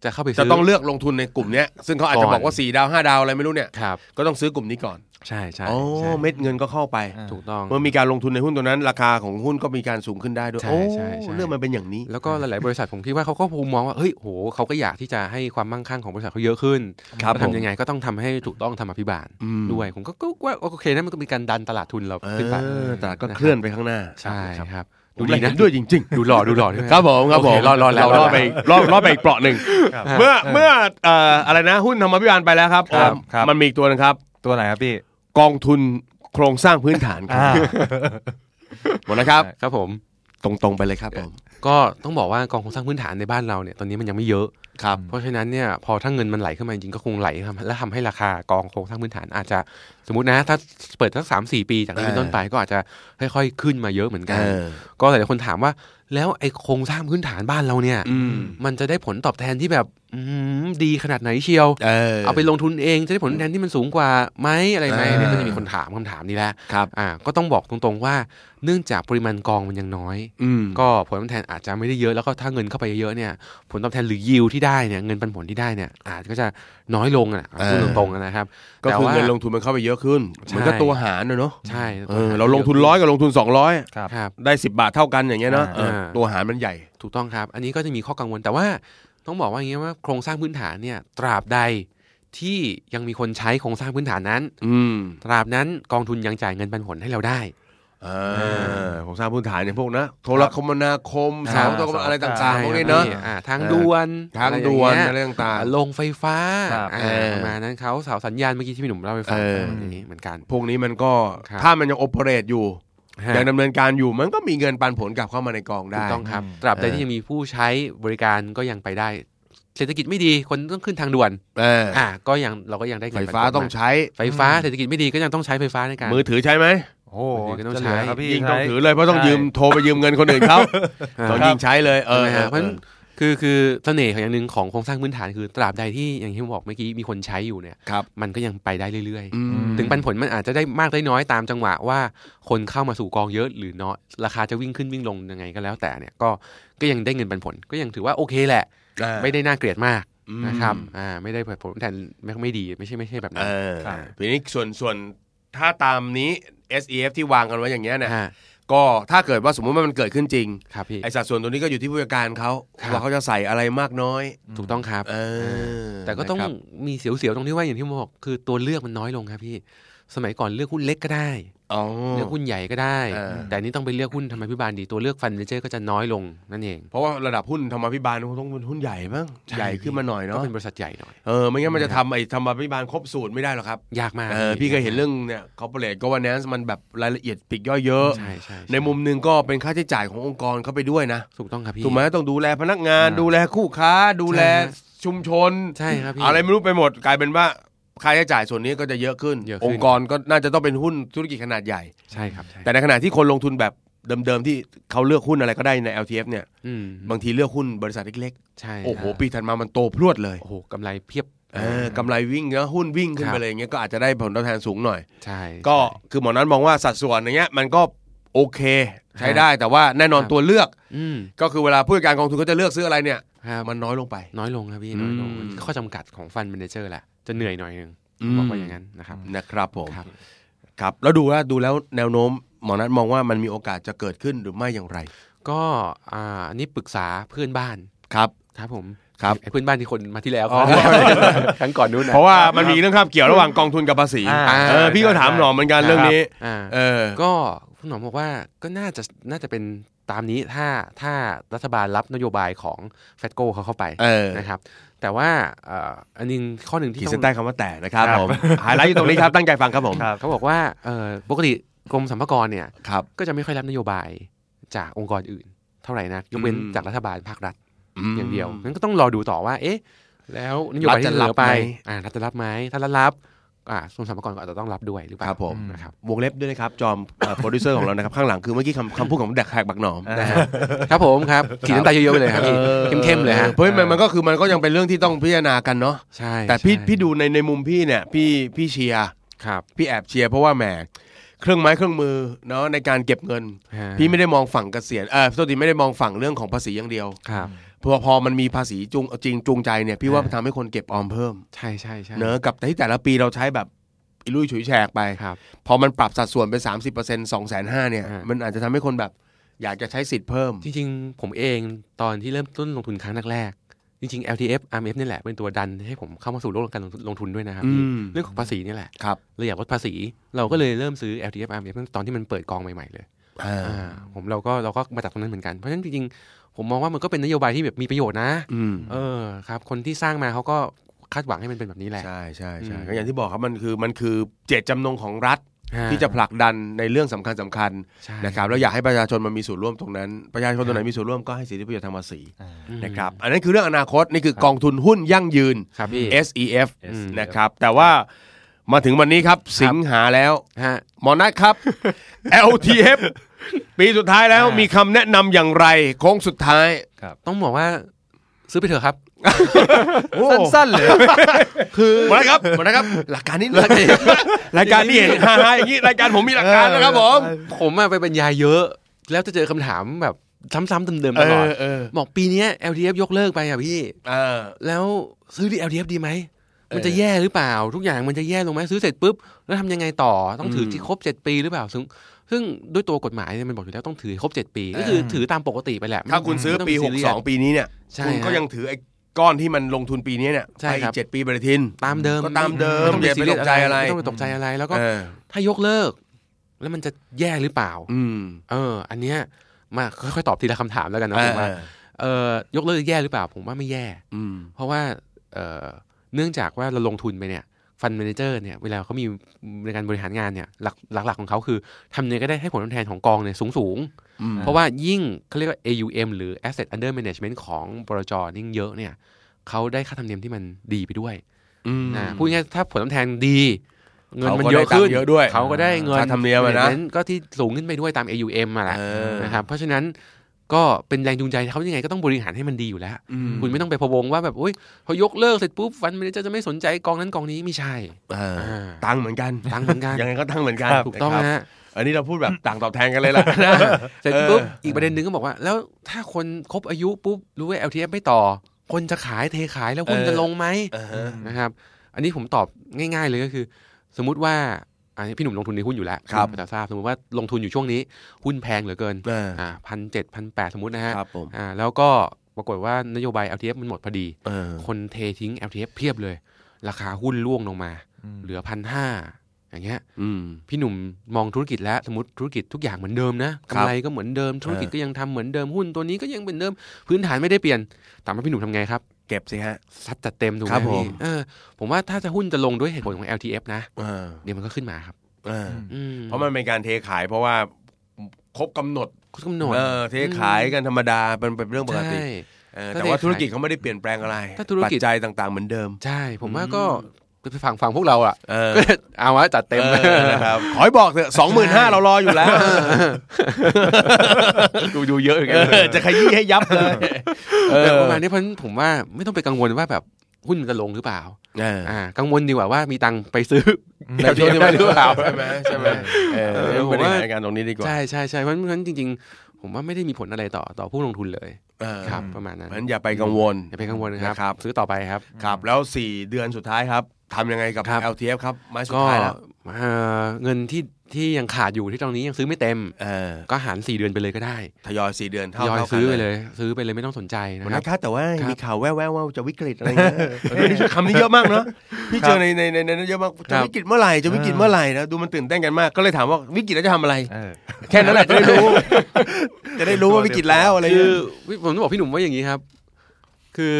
[SPEAKER 4] จะเข้าไปซื้
[SPEAKER 3] จะต้องเลือกลงทุนในกลุ่มเนี้ยซึ่งเขาอาจจะ
[SPEAKER 4] ก่
[SPEAKER 3] บ
[SPEAKER 4] อน
[SPEAKER 3] อกว่า 4 ดาว 5 ดาวอะไรไม่รู้เนี่ย
[SPEAKER 4] ครับ
[SPEAKER 3] ก็ต้องซื้อกลุ่มนี้ก่อน
[SPEAKER 4] ใช่ใช่
[SPEAKER 3] อ๋อ
[SPEAKER 4] ใช่
[SPEAKER 3] เม็ดเงินก็เข้าไป
[SPEAKER 2] อ่า
[SPEAKER 4] ถูกต้อง
[SPEAKER 3] เมื่อมีการลงทุนในหุ้นตัวนั้น ราคาของหุ้นก็มีการสูงขึ้นได้ด้วย
[SPEAKER 4] ใช่
[SPEAKER 3] โอ้
[SPEAKER 4] ใช่ใช่
[SPEAKER 3] เรื่องมันเป็นอย่างนี้
[SPEAKER 4] แล้วก็หลายๆบริษัทผมคิดว่าเขาก็คงมองว่าเฮ้ยโหเขาก็อยากที่จะให้ความมั่งคั่งของบริษัทเขาเยอะขึ้น
[SPEAKER 3] ครับ
[SPEAKER 4] แล้ว
[SPEAKER 3] ผม
[SPEAKER 4] ทำยังไงก็ต้องทำให้ถูกต้องทำอภิบาล
[SPEAKER 3] อืม
[SPEAKER 4] ด้วยผมก็ก็ว่าโอเคนะมันก็มีการดันตลาดทุนเรา
[SPEAKER 3] เอ
[SPEAKER 4] ขึ้นไป
[SPEAKER 3] อตลาดก็เคลื่อนไปข้างหน้า
[SPEAKER 4] ใช่ครับ
[SPEAKER 3] ดู
[SPEAKER 4] ดู
[SPEAKER 3] ดี
[SPEAKER 4] ดี
[SPEAKER 3] นะ
[SPEAKER 4] นะ
[SPEAKER 3] ด้วยจริง
[SPEAKER 4] ดูหล่อดูหล่อด้วย
[SPEAKER 3] ครับผมครับผม
[SPEAKER 4] โอเครอดรอดแล้ว
[SPEAKER 3] เารอดไปรอดรอดไปอีกเปราะหนึ่ง
[SPEAKER 2] ครับ
[SPEAKER 3] เมื่อเมื่อเอ่ออะไรนะหุ้นธรรมพิบาลไปแล้วครับ
[SPEAKER 2] ครับ
[SPEAKER 3] ผม
[SPEAKER 2] ครับ
[SPEAKER 3] มันมีอีกตัวหนึงครับ
[SPEAKER 2] ตัวไหนครับพี่
[SPEAKER 3] กองทุนโครงสร้างพื้นฐานค
[SPEAKER 2] อ่า
[SPEAKER 3] รับ หมดแล้วครับ
[SPEAKER 4] ครับผม
[SPEAKER 3] ตรงๆไปเลยครับผม
[SPEAKER 4] ก็ต้องบอกว่ากองโครงสร้างพื้นฐานในบ้านเราเนี่ยตอนนี้มันยังไม่เยอะ
[SPEAKER 3] ครับ
[SPEAKER 4] เพราะฉะนั้นเนี่ยพอถ้าเงินมันไหลขึ้นมาจริงๆก็คงไหลทำและทำให้ราคากองโครงสร้างพื้นฐานอาจจะสมมตินะ ถ้าเปิดสักสามสี่ปีจากนี้เป็นต้นไปก็อาจจะค่อยๆขึ้นมาเยอะเหมือนกัน
[SPEAKER 3] เออ
[SPEAKER 4] ก็หลายๆคนถามว่า แล้วไอ้โครงสร้างพื้นฐานบ้านเราเนี่ย
[SPEAKER 3] อืม
[SPEAKER 4] มันจะได้ผลตอบแทนที่แบบอืมดีขนาดไหนเชียว
[SPEAKER 3] เออ
[SPEAKER 4] เอาไปลงทุนเองจะได้ผลตอบแทนที่มันสูงกว่าไหมอะไรไหม
[SPEAKER 3] เออ
[SPEAKER 4] เนี่ยก็จะมีคนถามคำถามนี้แหละ
[SPEAKER 3] ครับ
[SPEAKER 4] อ่าก็ต้องบอกตรงๆว่าเนื่องจากปริมาณกองมันยังน้อย
[SPEAKER 3] อืม
[SPEAKER 4] ก็ผลตอบแทนอาจจะไม่ได้เยอะแล้วก็ถ้าเงินเข้าไปเยอะๆเนี่ยผลตอบแทนหรือยิวที่ได้เนี่ยเงินปันผลที่ได้เนี่ยอาจก็จะน้อยลงอ่ะพูดตรงๆอะนะครับ
[SPEAKER 3] ก็คือ
[SPEAKER 4] แต่ว่า
[SPEAKER 3] เงินลงทุนมันเข้าไปเยอะขึ้น
[SPEAKER 4] ใช่
[SPEAKER 3] มันก็ตัวหารนะเนอะ
[SPEAKER 4] ใช่
[SPEAKER 3] เออเราลงทุนร้อยกับลงทุน 200
[SPEAKER 2] ครับ
[SPEAKER 4] ครับ
[SPEAKER 3] ได้ 10 บาทเท่ากันอย่างเงี้ยเนาะ
[SPEAKER 2] อ่า
[SPEAKER 3] เออ
[SPEAKER 4] อ่า
[SPEAKER 3] ตัวหารมันใหญ่
[SPEAKER 4] ถูกต้องครับ อันนี้ก็จะมีข้อกังวลแต่ว่าต้องบอกว่าอย่างเงี้ยว่าโครงสร้างพื้นฐานเนี่ยตราบใดที่ยังมีคนใช้โครงสร้างพื้นฐานนั้น
[SPEAKER 3] อืม
[SPEAKER 4] ตราบนั้นกองทุนยังจ่ายเงินปันผลให้เราได้
[SPEAKER 3] อ่าผมสร้างพื้นฐานอย่างพวกนะโทรคมนาคม
[SPEAKER 4] อ่า
[SPEAKER 3] เสาตกอะไรต่างๆพวกนี้เนาะ
[SPEAKER 4] ใช่ครับอ่ทางด่วน
[SPEAKER 3] ทางด่วน
[SPEAKER 4] ย่
[SPEAKER 3] อะไร
[SPEAKER 4] เย
[SPEAKER 3] ต่าง
[SPEAKER 4] ลงไฟฟ้า
[SPEAKER 2] ครับ
[SPEAKER 4] อ่า
[SPEAKER 3] เออ
[SPEAKER 4] ประมาณนั้นเขาเสาสัญญาณเมื่อกี้ที่พี่หนุ่มเล่าไปฟัง
[SPEAKER 3] เออ
[SPEAKER 4] อันนี้เหมือนกัน
[SPEAKER 3] ๆ พวกนี้มันก็
[SPEAKER 4] ครับ
[SPEAKER 3] ถ้ามันยังโอเปเรตอยู่
[SPEAKER 4] ฮะ
[SPEAKER 3] ยังดำเนินการอยู่มันก็มีเงินปันผลกลับเข้ามาในกอง
[SPEAKER 4] ถู
[SPEAKER 3] ได้
[SPEAKER 4] กต้องครับ
[SPEAKER 2] อืม
[SPEAKER 4] ตราบใด
[SPEAKER 3] เออ
[SPEAKER 4] ที่ยังมีผู้ใช้บริการก็ยังไปได้ เศรษฐกิจไม่ดีคนต้องขึ้นทางด่วน
[SPEAKER 3] เออ
[SPEAKER 4] อ่าก็ยังเราก็ยังได้เงิ
[SPEAKER 3] ไฟ
[SPEAKER 4] นปันผล
[SPEAKER 3] ฟ้าต้อง
[SPEAKER 4] ม
[SPEAKER 3] ใช้
[SPEAKER 4] ไฟฟ้าเศรษฐกิจไม่ดีก็ยังต้องใช้ไฟฟ้าในการ
[SPEAKER 3] มือถือใช้ไหม
[SPEAKER 2] โอ้โห
[SPEAKER 4] ก็ต้อง
[SPEAKER 2] จะ
[SPEAKER 4] ใช้
[SPEAKER 2] เหลือครับพี่
[SPEAKER 3] ยิ่งต้อง
[SPEAKER 2] ใช้
[SPEAKER 3] ถือเลยเพราะต้อง
[SPEAKER 2] ใช่
[SPEAKER 3] ยืมโทรไปยืมเงินคนอื่นเขา
[SPEAKER 4] อ่า
[SPEAKER 3] ต้องยิ่งใช้เลยเออ
[SPEAKER 4] ใช่ไหมฮะเพ
[SPEAKER 3] เพ
[SPEAKER 4] ราะ
[SPEAKER 3] ราะ
[SPEAKER 4] ฉะนั้นคือคือเสน่ห์ของอย่างหนึ่งของโครงสร้างพื้นฐานคือตราบใดที่อย่างที่ผมบอกเมื่อกี้มีคนใช้อยู่เนี่ย
[SPEAKER 3] ครับ
[SPEAKER 4] มันก็ยังไปได้เรื่อย
[SPEAKER 3] อืม
[SPEAKER 4] ๆ ถึงปันผลมันอาจจะได้มากได้น้อยตามจังหวะว่าคนเข้ามาสู่กองเยอะหรือน้อยราคาจะวิ่งขึ้นวิ่งลงยังไงก็แล้วแต่เนี่ยก็ก็ยังได้เงินปันผลก็ยังถือว่าโอเคแหละ
[SPEAKER 3] อ่า
[SPEAKER 4] ไม่ได้น่าเกลียดมาก
[SPEAKER 3] อืม
[SPEAKER 4] นะครับ อ่า ไม่ได้ผลแทนไม่ไม่ดี ไม่ใช่ไม่ใช่แบบ
[SPEAKER 3] เอ
[SPEAKER 4] นั้น
[SPEAKER 3] อทีนี้ส่วนส่วนถ้าตามนี้ SEF ที่วางกันไว้อย่างเงี้ยนะ
[SPEAKER 4] ฮะ
[SPEAKER 3] ก็ถ้าเกิดว่าสมมุติว่ามันเกิดขึ้นจริง
[SPEAKER 4] ครับพี่
[SPEAKER 3] ไอสัดส่วนตัวนี้ก็อยู่ที่ผู้จัดการเขา
[SPEAKER 4] ครับ
[SPEAKER 3] ว่าเขาจะใส่อะไรมากน้อย
[SPEAKER 4] ถูกต้องครับ
[SPEAKER 3] เออ
[SPEAKER 4] แต่ก็ต้อง
[SPEAKER 3] นะครับ
[SPEAKER 4] มีเสียวๆตรงที่ว่าอย่างที่ผมบอก คือตัวเลือกมันน้อยลงครับพี่ สมัยก่อนเลือกหุ้นเล็กก็ได้
[SPEAKER 3] อ๋อ
[SPEAKER 4] เลือกหุ้นใหญ่ก็ได้
[SPEAKER 3] เออ
[SPEAKER 4] แต่อันนี้ต้องไปเลือกหุ้นทำไมพิบาลดีตัวเลือกฟันเจอร์ก็จะน้อยลงนั่นเอง
[SPEAKER 3] เพราะว่าระดับหุ้นธรรมาภิบาลมันต้องเป็นหุ้นใหญ่บ้างใหญ่ขึ้นมาหน่อย
[SPEAKER 4] ก็
[SPEAKER 3] เนาะ
[SPEAKER 4] เป็นบริษัทใหญ่หน่อย
[SPEAKER 3] เออไม่งั้นมันจะทำไอ้ธรรมาภิบาลครบสูตรไม่ได้หรอกครับ
[SPEAKER 4] ยากมาก
[SPEAKER 3] เออพี่เคยเห็นเรื่องเนี่ยคอร์ปอเรทก็ว่าแนนมันแบบรายละเอียดปลีกย่อยเยอะ
[SPEAKER 4] ใช่ใช่ช่
[SPEAKER 3] ในมุมหนึ่งก็เป็นค่าใช้จ่ายขององค์กรเข้าไปด้วยนะ
[SPEAKER 4] ถูกต้องครับพี่
[SPEAKER 3] ถูกไหมต้องดูแลพนักงาน ดูแลคู่ค้า ดูแล
[SPEAKER 4] ใช่ฮะ
[SPEAKER 3] ชุมชน
[SPEAKER 4] ใช่ครับพี่
[SPEAKER 3] อะไรไม่รู้ไปหมดกลายเป็นว่าค่าใช้จ่ายส่วนนี้ก็จะเยอะขึ้น
[SPEAKER 4] เยอะขึ้น
[SPEAKER 3] องค์กรก็น่าจะต้องเป็นหุ้นธุรกิจขนาดใหญ่
[SPEAKER 4] ใช่ครับใช่
[SPEAKER 3] แต่ในขณะที่คนลงทุนแบบเดิมๆที่เขาเลือกหุ้นอะไรก็ได้ใน LTF เนี่ย
[SPEAKER 4] อืม
[SPEAKER 3] บางทีเลือกหุ้นบริษัทเล็ก
[SPEAKER 4] ใช่
[SPEAKER 3] ๆโอ้โห
[SPEAKER 4] ครับ
[SPEAKER 3] ปีถัดมามันโตพรวดเลย
[SPEAKER 4] โอ้โหกำไรเพียบ
[SPEAKER 3] เออกำไรวิ่งนะหุ้นวิ่งขึ้น
[SPEAKER 4] ครั
[SPEAKER 3] ไป
[SPEAKER 4] บ
[SPEAKER 3] เลยอย่างเงี้ยก็อาจจะได้ผลตอบแทนสูงหน่อย
[SPEAKER 4] ใช่
[SPEAKER 3] ก็
[SPEAKER 4] ใช่
[SPEAKER 3] คือหมอนั้นมองว่าสัดส่วนอย่างเงี้ยมันก็โอเค ใช้
[SPEAKER 4] ฮะ
[SPEAKER 3] ได้แต่ว่าแน่นอน
[SPEAKER 4] ครับ
[SPEAKER 3] ตัวเลือก
[SPEAKER 4] อืม
[SPEAKER 3] ก็คือเวลาผู้จัดการกองทุนเขาจะเลือกซื้ออะไรเนี่ย
[SPEAKER 4] ครับ
[SPEAKER 3] มันน้อยลงไป
[SPEAKER 4] น้อยลงครับพี่น้อยลง
[SPEAKER 3] อืม
[SPEAKER 4] ข้อจำกัดของฟันเมนเจอร์แหละจะเหนื่อยหน่อยหนึง
[SPEAKER 3] อืม
[SPEAKER 4] บอกว่าอย่างนั้นนะครับ
[SPEAKER 3] นะครับผม
[SPEAKER 4] ครับ
[SPEAKER 3] ครับแล้วดูว่าดูแล้วแนวโน้ม หมอนัทมองว่ามันมีโอกาสจะเกิดขึ้นหรือไม่อย่างไร
[SPEAKER 4] ก็อ่าอันนี่ปรึกษาเพื่อนบ้าน
[SPEAKER 3] ครับ
[SPEAKER 4] ครับผม
[SPEAKER 3] ครับ
[SPEAKER 4] ไอ้เพื่อนบ้านที่คนมาที่แล้ว
[SPEAKER 2] อ๋อ
[SPEAKER 4] ครั้งก่อนนู้นนะ
[SPEAKER 3] เพราะว่ามันมีเรื่องข้ามเกี่ยวระหว่างกองทุนกับภาษี
[SPEAKER 2] อ่า
[SPEAKER 3] เออพี่ก็ถาม
[SPEAKER 4] ใช่
[SPEAKER 3] หนอมเหมือนกันเรื่องนี้
[SPEAKER 4] อ่า
[SPEAKER 3] เออ
[SPEAKER 4] ก็คุณหมอบอกว่าก็น่าจะน่าจะเป็นตามนี้ถ้าถ้ารัฐบาลรับนโยบายของแฟตโก้เขาเข้าไป
[SPEAKER 3] เออ
[SPEAKER 4] นะครับ แต่ว่าเอ่ออันนึงข้อหนึ่งที่
[SPEAKER 3] ขีด
[SPEAKER 4] ต้อ
[SPEAKER 3] เส้น
[SPEAKER 4] ง
[SPEAKER 3] ใต้คำว่าแต่นะครับ
[SPEAKER 2] ครับ
[SPEAKER 3] ผมไฮไลท์อยู่ตรงนี้ครับตั้งใจฟังครับผม
[SPEAKER 2] ครับ
[SPEAKER 4] เขาบอกว่าเอ่อปกติกรมสรรพากรเนี่ย
[SPEAKER 3] ครับ
[SPEAKER 4] ก็จะไม่ค่อยรับนโยบายจากองค์กรอื่น เท่าไหร่นะยกเว้น
[SPEAKER 3] อืม
[SPEAKER 4] จากรัฐบาลภาครัฐ
[SPEAKER 3] ม
[SPEAKER 4] อย่างเดียวนั้นก็ต้องรอดูต่อว่า เอ๊ะ แล้วนโยบายที่
[SPEAKER 3] รัฐ
[SPEAKER 4] เส
[SPEAKER 3] จะ
[SPEAKER 4] น
[SPEAKER 3] รับ
[SPEAKER 4] อไป
[SPEAKER 3] ไหม
[SPEAKER 4] อ่ารัฐจะรับไหมถ้ารัฐรับอ่ากรมสรรพากรก็อาจจะต้องรับด้วยหรือ
[SPEAKER 3] ค
[SPEAKER 4] เปล่า
[SPEAKER 3] รับผม
[SPEAKER 4] นะครับ
[SPEAKER 3] วงเล็บด้วยนะครับ จอมเอ่อโปรดิวเซอร์ของเรานะครับข้างหลังคือเมื่อกี้คำคำพูดของแดกแขก บักหนอม
[SPEAKER 2] อ่า
[SPEAKER 4] นะฮะ ครับผมครับขีดน้ำตาเยอะๆไปเลยครับพี่เข้มๆเลยฮะ
[SPEAKER 3] เพราะมันมันก็คือมันก็ยังเป็นเรื่องที่ต้องพิจารณากันเนาะ
[SPEAKER 4] ใช่
[SPEAKER 3] แต่พี่
[SPEAKER 4] ใช่
[SPEAKER 3] พี่ดูในในมุมพี่เนี่ยพี่พี่เชียร์
[SPEAKER 4] ครับ
[SPEAKER 3] พี่แอบเชียร์เพราะว่าแหมเครื่องไม้เครื่องมือเนาะในการเก็บเงิน
[SPEAKER 4] ฮะ
[SPEAKER 3] พี่ไม่ได้มองฝั่งเกษียณเออตัวทีไม่ได้มองฝั่งเรื่องของภาษีอย่างเดียว
[SPEAKER 4] ครับ
[SPEAKER 3] พอพอมันมีภาษีจูงจริงจูงใจเนี่ยพี่ว่า
[SPEAKER 4] อ่ามั
[SPEAKER 3] มันทำให้คนเก็บออมเพิ่ม
[SPEAKER 4] ใช่ใช่ใช่
[SPEAKER 3] เนอะกับที่แต่ละปีเราใช้แบบอิลุยฉุยแฉกไป
[SPEAKER 4] ครับ
[SPEAKER 3] พอมันปรับสัดส่วนเป็น 30%มสิบเปอร์เซ็นต์สองแสนห้าเนี่ย
[SPEAKER 4] อ่ามั
[SPEAKER 3] มันอาจจะทำให้คนแบบอยากจะใช้สิทธิ์เพิ่ม
[SPEAKER 4] จริงๆ ผมเองตอนที่เริ่มต้นลงทุนครั้งแรกๆจริงๆ LTF RMF นี่แหละเป็นตัวดันให้ผมเข้ามาสู่โลกการลงทุนด้วยนะครับ
[SPEAKER 3] อื
[SPEAKER 4] พี่
[SPEAKER 3] ม
[SPEAKER 4] เรื่องของภาษีนี่แหละ
[SPEAKER 3] ครับ
[SPEAKER 4] เราอยากลดภาษี เราก็เลยเริ่มซื้อ LTF RMF ตอนที่มันเปิดกองใหม่ๆเลย
[SPEAKER 3] อ่า
[SPEAKER 4] อ่าผมเราก็เราก็มาจากตรงนั้นเหมือนกันเพราะฉะนั้นจริงๆ ผมมองว่ามันก็เป็นนโยบายที่แบบมีประโยชน์นะ
[SPEAKER 3] อืม
[SPEAKER 4] เออครับ คนที่สร้างมาเขาก็คาดหวังให้มันเป็นแบบนี้แหละ
[SPEAKER 3] ใช่ใช่ใช่
[SPEAKER 4] อืม
[SPEAKER 3] ก็อย่างที่บอกครับมันคือมันคือเจตจำนงของรัฐ
[SPEAKER 4] ฮ
[SPEAKER 3] ที่จะผลักดันในเรื่องสำคัญสำคัญ
[SPEAKER 4] ใช่
[SPEAKER 3] นะครับแล้วอยากให้ประชาชนมันมีส่วนร่วมตรงนั้น ประชาชนตรงไห
[SPEAKER 4] ครั
[SPEAKER 3] น
[SPEAKER 4] บ
[SPEAKER 3] มีส่วนร่วมก็ให้สิทธิประโยชน์ทางภาษี
[SPEAKER 2] อ่า
[SPEAKER 3] นะครับอันนั้นคือเรื่องอนาคตนี่คือกองทุนหุ้นยั่งยืน
[SPEAKER 4] ครับพี่
[SPEAKER 3] SEF
[SPEAKER 4] อืม
[SPEAKER 3] นะครับแต่ว่ามาถึงวันนี้ครับสิงหาแล้ว
[SPEAKER 4] ฮะ
[SPEAKER 3] หมอนัทครับ LTF ปีสุดท้ายแล้ว
[SPEAKER 4] อ่ามี
[SPEAKER 3] มีคำแนะนำอย่างไรโค้งสุดท้าย
[SPEAKER 4] ต้องบอกว่าซื้อไปเถอะครับ
[SPEAKER 2] สั้น ๆเลย
[SPEAKER 3] คือหมอนัทครับหมอนัทครับ หลักการนี้เลยรายการนี้ เห็นฮ่าๆอย่างนี้รายการผมมีหลักการนะครับผม
[SPEAKER 4] ผมอะไปบรรยายเยอะ แล้วจะเจอคำถามแบบซ้ำๆเดิมๆตลอด
[SPEAKER 3] เออ
[SPEAKER 4] บอกปีเนี้ย LTF ยกเลิกไปอ่ะพี่
[SPEAKER 3] เออ
[SPEAKER 4] แล้วซื้อดี LTF ดีไหม มัน
[SPEAKER 3] เออ
[SPEAKER 4] จะแย่หรือเปล่า ทุกอย่างมันจะแย่ลงไหมซื้อเสร็จปุ๊บ แล้วทำยังไงต่อต้องถืออ
[SPEAKER 3] ม
[SPEAKER 4] ที่ครบ 7 ปีหรือเปล่า ซึ่งซึ่งด้วยตัวกฎหมายเนี่ยมันบอกอยู่แล้วต้องถือครบ 7 ปี ก็คือ
[SPEAKER 3] เออ
[SPEAKER 4] ถือตามปกติไปแหละ
[SPEAKER 3] ถ้าคุณซื้อปี
[SPEAKER 4] ไม่ต้งซีเรียส
[SPEAKER 3] 62 ปีนี้เนี่ย
[SPEAKER 4] ใช่
[SPEAKER 3] คุณก็
[SPEAKER 4] ฮะ
[SPEAKER 3] ยังถือไอ้ก้อนที่มันลงทุนปีนี้เนี่ย
[SPEAKER 4] ใช่
[SPEAKER 3] ไปอี
[SPEAKER 4] ครับ
[SPEAKER 3] กเจ็ดปีปฏิทิน
[SPEAKER 4] ตามเดิม
[SPEAKER 3] ก็ตามเดิม
[SPEAKER 4] ไต้อง
[SPEAKER 3] อย่าไป
[SPEAKER 4] ซีเรียส
[SPEAKER 3] ตกใจอะไร
[SPEAKER 4] ไม่ต้องไปตกใจอะไรแล้วก็
[SPEAKER 3] เออ
[SPEAKER 4] ถ้ายกเลิก แล้วมันจะแย่หรือเปล่า
[SPEAKER 3] อืม
[SPEAKER 4] เออ อันเนี้ยมาค่อยๆตอบทีละคำถามแล้วกันนะผมว่า
[SPEAKER 3] เออ
[SPEAKER 4] เออยกเลิกแย่หรือเปล่า ผมว่าไม่แย่
[SPEAKER 3] อืม
[SPEAKER 4] เพราะว่าเอ่อเนื่องจากว่าเราลงทุนไปเนี่ยฟันเมนเจอร์เนี่ยเวลาเขามีในการบริหารงานเนี่ยหลักหลักๆของเขาคือทำยังไงก็ได้ให้ผลตอบแทนของกองเนี่ยสูงสูง
[SPEAKER 3] อืม
[SPEAKER 4] ๆเพราะว่ายิ่งเขาเรียกว่า AUM หรือ Asset Under Management ของบรจยิ่งเยอะเนี่ยเขาได้ค่าธรรมเนียมที่มันดีไปด้วย
[SPEAKER 3] อืม
[SPEAKER 4] นะพูดง่ายๆถ้าผลตอบแทนดี เงินมัน
[SPEAKER 3] เขาก็ได้ตังค์
[SPEAKER 4] เยอะขึ้น
[SPEAKER 3] เยอะด้วย
[SPEAKER 4] เขาก็ได้เงิน
[SPEAKER 3] ค่าธรรมเนียมอะนะ
[SPEAKER 4] management ก็ที่สูงขึ้นไปด้วยตาม AUM มาแหละ
[SPEAKER 3] เออ
[SPEAKER 4] นะครับเพราะฉะนั้นก็เป็นแรงจูงใจเขายังไงก็ต้องบริหารให้มันดีอยู่แล้ว
[SPEAKER 3] อืม
[SPEAKER 4] คุณไม่ต้องไปพะวงว่าแบบโอ้ยพอยกเลิกเสร็จปุ๊บฟันเมนเจอร์จะไม่สนใจกองนั้นกองนี้ไม่ใช่
[SPEAKER 3] เออ
[SPEAKER 4] อ่า
[SPEAKER 3] ตังค์เหมือนกัน
[SPEAKER 4] ตังเหมือนกัน
[SPEAKER 3] ยังไงก็ตั้งเหมือนกัน
[SPEAKER 4] ถูกต้อง
[SPEAKER 3] นะครับ
[SPEAKER 4] ฮะ
[SPEAKER 3] อันนี้เราพูดแบบต่างตอบแทนกันเลยล่ะ
[SPEAKER 4] นะเสร็จปุ๊บ
[SPEAKER 3] เออ
[SPEAKER 4] อีกประเด็นหนึ่งก็บอกว่า แล้วถ้าคนครบอายุปุ๊บรู้ว่า LTF ไม่ต่อ คนจะขายเทขายแล้วหุ้น
[SPEAKER 3] เออ
[SPEAKER 4] จะลงไหม
[SPEAKER 3] เออ
[SPEAKER 4] นะครับ อันนี้ผมตอบง่าย ๆเลยก็คือ สมมุติว่าอันนี้พี่หนุ่มลงทุนในหุ้นอยู่แล้ว
[SPEAKER 3] ครับ
[SPEAKER 4] ณแต่ทราบสมมติว่าลงทุนอยู่ช่วงนี้หุ้นแพงเหลือเกิน
[SPEAKER 3] เออ
[SPEAKER 4] อ่าพันเจ็ดพันแปดสมมตินะฮะ
[SPEAKER 3] ครับผม
[SPEAKER 4] อ่าแล้วก็ปรากฏว่านโยบาย LTF มันหมดพอดี
[SPEAKER 3] เออ
[SPEAKER 4] คนเททิ้ง LTF เพียบเลย ราคาหุ้นล่วงลงมา
[SPEAKER 2] อืม
[SPEAKER 4] เหลือพันห้าอย่างเงี้ย
[SPEAKER 3] อืม
[SPEAKER 4] พี่หนุ่มมองธุรกิจแล้วสมมติธุรกิจทุกอย่างเหมือนเดิมนะครับ กำไรก็เหมือนเดิมธุรกิจ
[SPEAKER 3] เออ
[SPEAKER 4] ก็ยังทำเหมือนเดิมหุ้นตัวนี้ก็ยังเป็นเดิม พื้นฐานไม่ได้เปลี่ยนแต่ว่าพี่หนุ่มทำไงครับ
[SPEAKER 3] เก็บสิฮะ
[SPEAKER 4] ซัดจัดเต็มถูก
[SPEAKER 3] ค
[SPEAKER 4] ไหม
[SPEAKER 3] รับผม
[SPEAKER 4] พี่เออผมว่าถ้าจะหุ้นจะลงด้วยเหตุผลของ LTF นะ
[SPEAKER 3] เออ
[SPEAKER 4] เดี๋ยวมันก็ขึ้นมาครับ
[SPEAKER 3] เอออ
[SPEAKER 4] อืม
[SPEAKER 3] เพราะมันเป็นการเทขายเพราะว่าครบกำหนด
[SPEAKER 4] ก็กำหนด
[SPEAKER 3] เออเทขายกันธรรมดาเป็นเป็นเรื่องปก
[SPEAKER 4] ใช่
[SPEAKER 3] ติเออ
[SPEAKER 4] ถ้า
[SPEAKER 3] แต่ว่า
[SPEAKER 4] เทขาย
[SPEAKER 3] ธุรกิจเขาไม่ได้เปลี่ยนแปลงอะไร
[SPEAKER 4] ถ้าธุรกิจ
[SPEAKER 3] ปัจจัยต่างๆเหมือนเดิม
[SPEAKER 4] ใช่ ผมว่าก็ไปฟังฟังพวกเราอ่ะ
[SPEAKER 3] เออ
[SPEAKER 4] ก็เอาวะจัดเต็ม
[SPEAKER 3] อ อนะครับขอให้บอกเถอะสองหมื่นห้าเรารออยู่แล้ว
[SPEAKER 4] ดูดูเยอะอย่างเงี้
[SPEAKER 3] เอย อจะขยี้ให้ยับเลยเอ
[SPEAKER 4] เออ
[SPEAKER 3] อ
[SPEAKER 4] ประมาณนี้เพราะฉะนั้นผมว่าไม่ต้องไปกังวลว่าแบบหุ้นมันจะลงหรือเปล่า
[SPEAKER 3] เออ
[SPEAKER 4] อ่า กังวลดีกว่าว่ามีตังค์ไปซื้อ
[SPEAKER 3] แต่ช่วงนี้
[SPEAKER 4] ได้
[SPEAKER 3] ไม่
[SPEAKER 4] หรือเปล่า
[SPEAKER 3] ใช่ไหมใช่ไหมเออ
[SPEAKER 4] เออ
[SPEAKER 3] เรื่อง
[SPEAKER 4] ผ
[SPEAKER 3] บ
[SPEAKER 4] ม
[SPEAKER 3] ริ
[SPEAKER 4] ว่า
[SPEAKER 3] หารการตรงนี้ดีกว่า
[SPEAKER 4] ใช่ใช่ใช่เพราะฉะนั้นจริง ๆ ผมว่าไม่ได้มีผลอะไรต่อต่อผู้ลงทุนเลย
[SPEAKER 3] เออ
[SPEAKER 4] ครับ ประมาณนั้น
[SPEAKER 3] เพราะฉะนั้นอย่าไปกังวล
[SPEAKER 4] อย่าไปกังวลนะครับ
[SPEAKER 3] นะครับ
[SPEAKER 4] ซื้อต่อไปครับ
[SPEAKER 3] ครับแล้ว 4 เดือนสุดท้ายครับ ทำยังไงกับ
[SPEAKER 4] ครับ
[SPEAKER 3] LTF ครับไม้สุด
[SPEAKER 4] ก็
[SPEAKER 3] ท้ายแล้ว
[SPEAKER 4] เอ่อเงินที่ที่ยังขาดอยู่ที่ตอนนี้ยังซื้อไม่เต็ม
[SPEAKER 3] เออ
[SPEAKER 4] ก็หารสี่เดือนไปเลยก็ได้
[SPEAKER 3] ทยอยสี่เดือน
[SPEAKER 4] ท
[SPEAKER 3] เท่าย
[SPEAKER 4] อย
[SPEAKER 3] เท่ากัน
[SPEAKER 4] ซื้อไปเลย ซื้อไปเลยไม่ต้องสนใจนะ
[SPEAKER 3] หัว
[SPEAKER 4] ค
[SPEAKER 3] ห
[SPEAKER 4] รั
[SPEAKER 3] น้า
[SPEAKER 4] บ
[SPEAKER 3] คะแต่ว่า
[SPEAKER 4] ครับ
[SPEAKER 3] มีข่าวแว่วๆว่าจะวิกฤตอะไรอย่างเงี้ยเออนี่คำนี้เยอะมากเนาะพี่เจอในในในในนั้นเยอะมากจะวิกฤตเมื่อไหร่จะวิกฤตเมื่อไหร่นะดูมันตื่นเต้นกันมากก็เลยถามว่าวิกฤตแล้วจะทำอะไร
[SPEAKER 2] เออ
[SPEAKER 3] แค่นั้นแหละจะได้รู้ จะได้รู้ว่าวิกฤตแล้วอะไร
[SPEAKER 4] คื
[SPEAKER 3] เงี้
[SPEAKER 4] อย ผมต้องบอกพี่หนุ่มว่าอย่างนี้ครับ คือ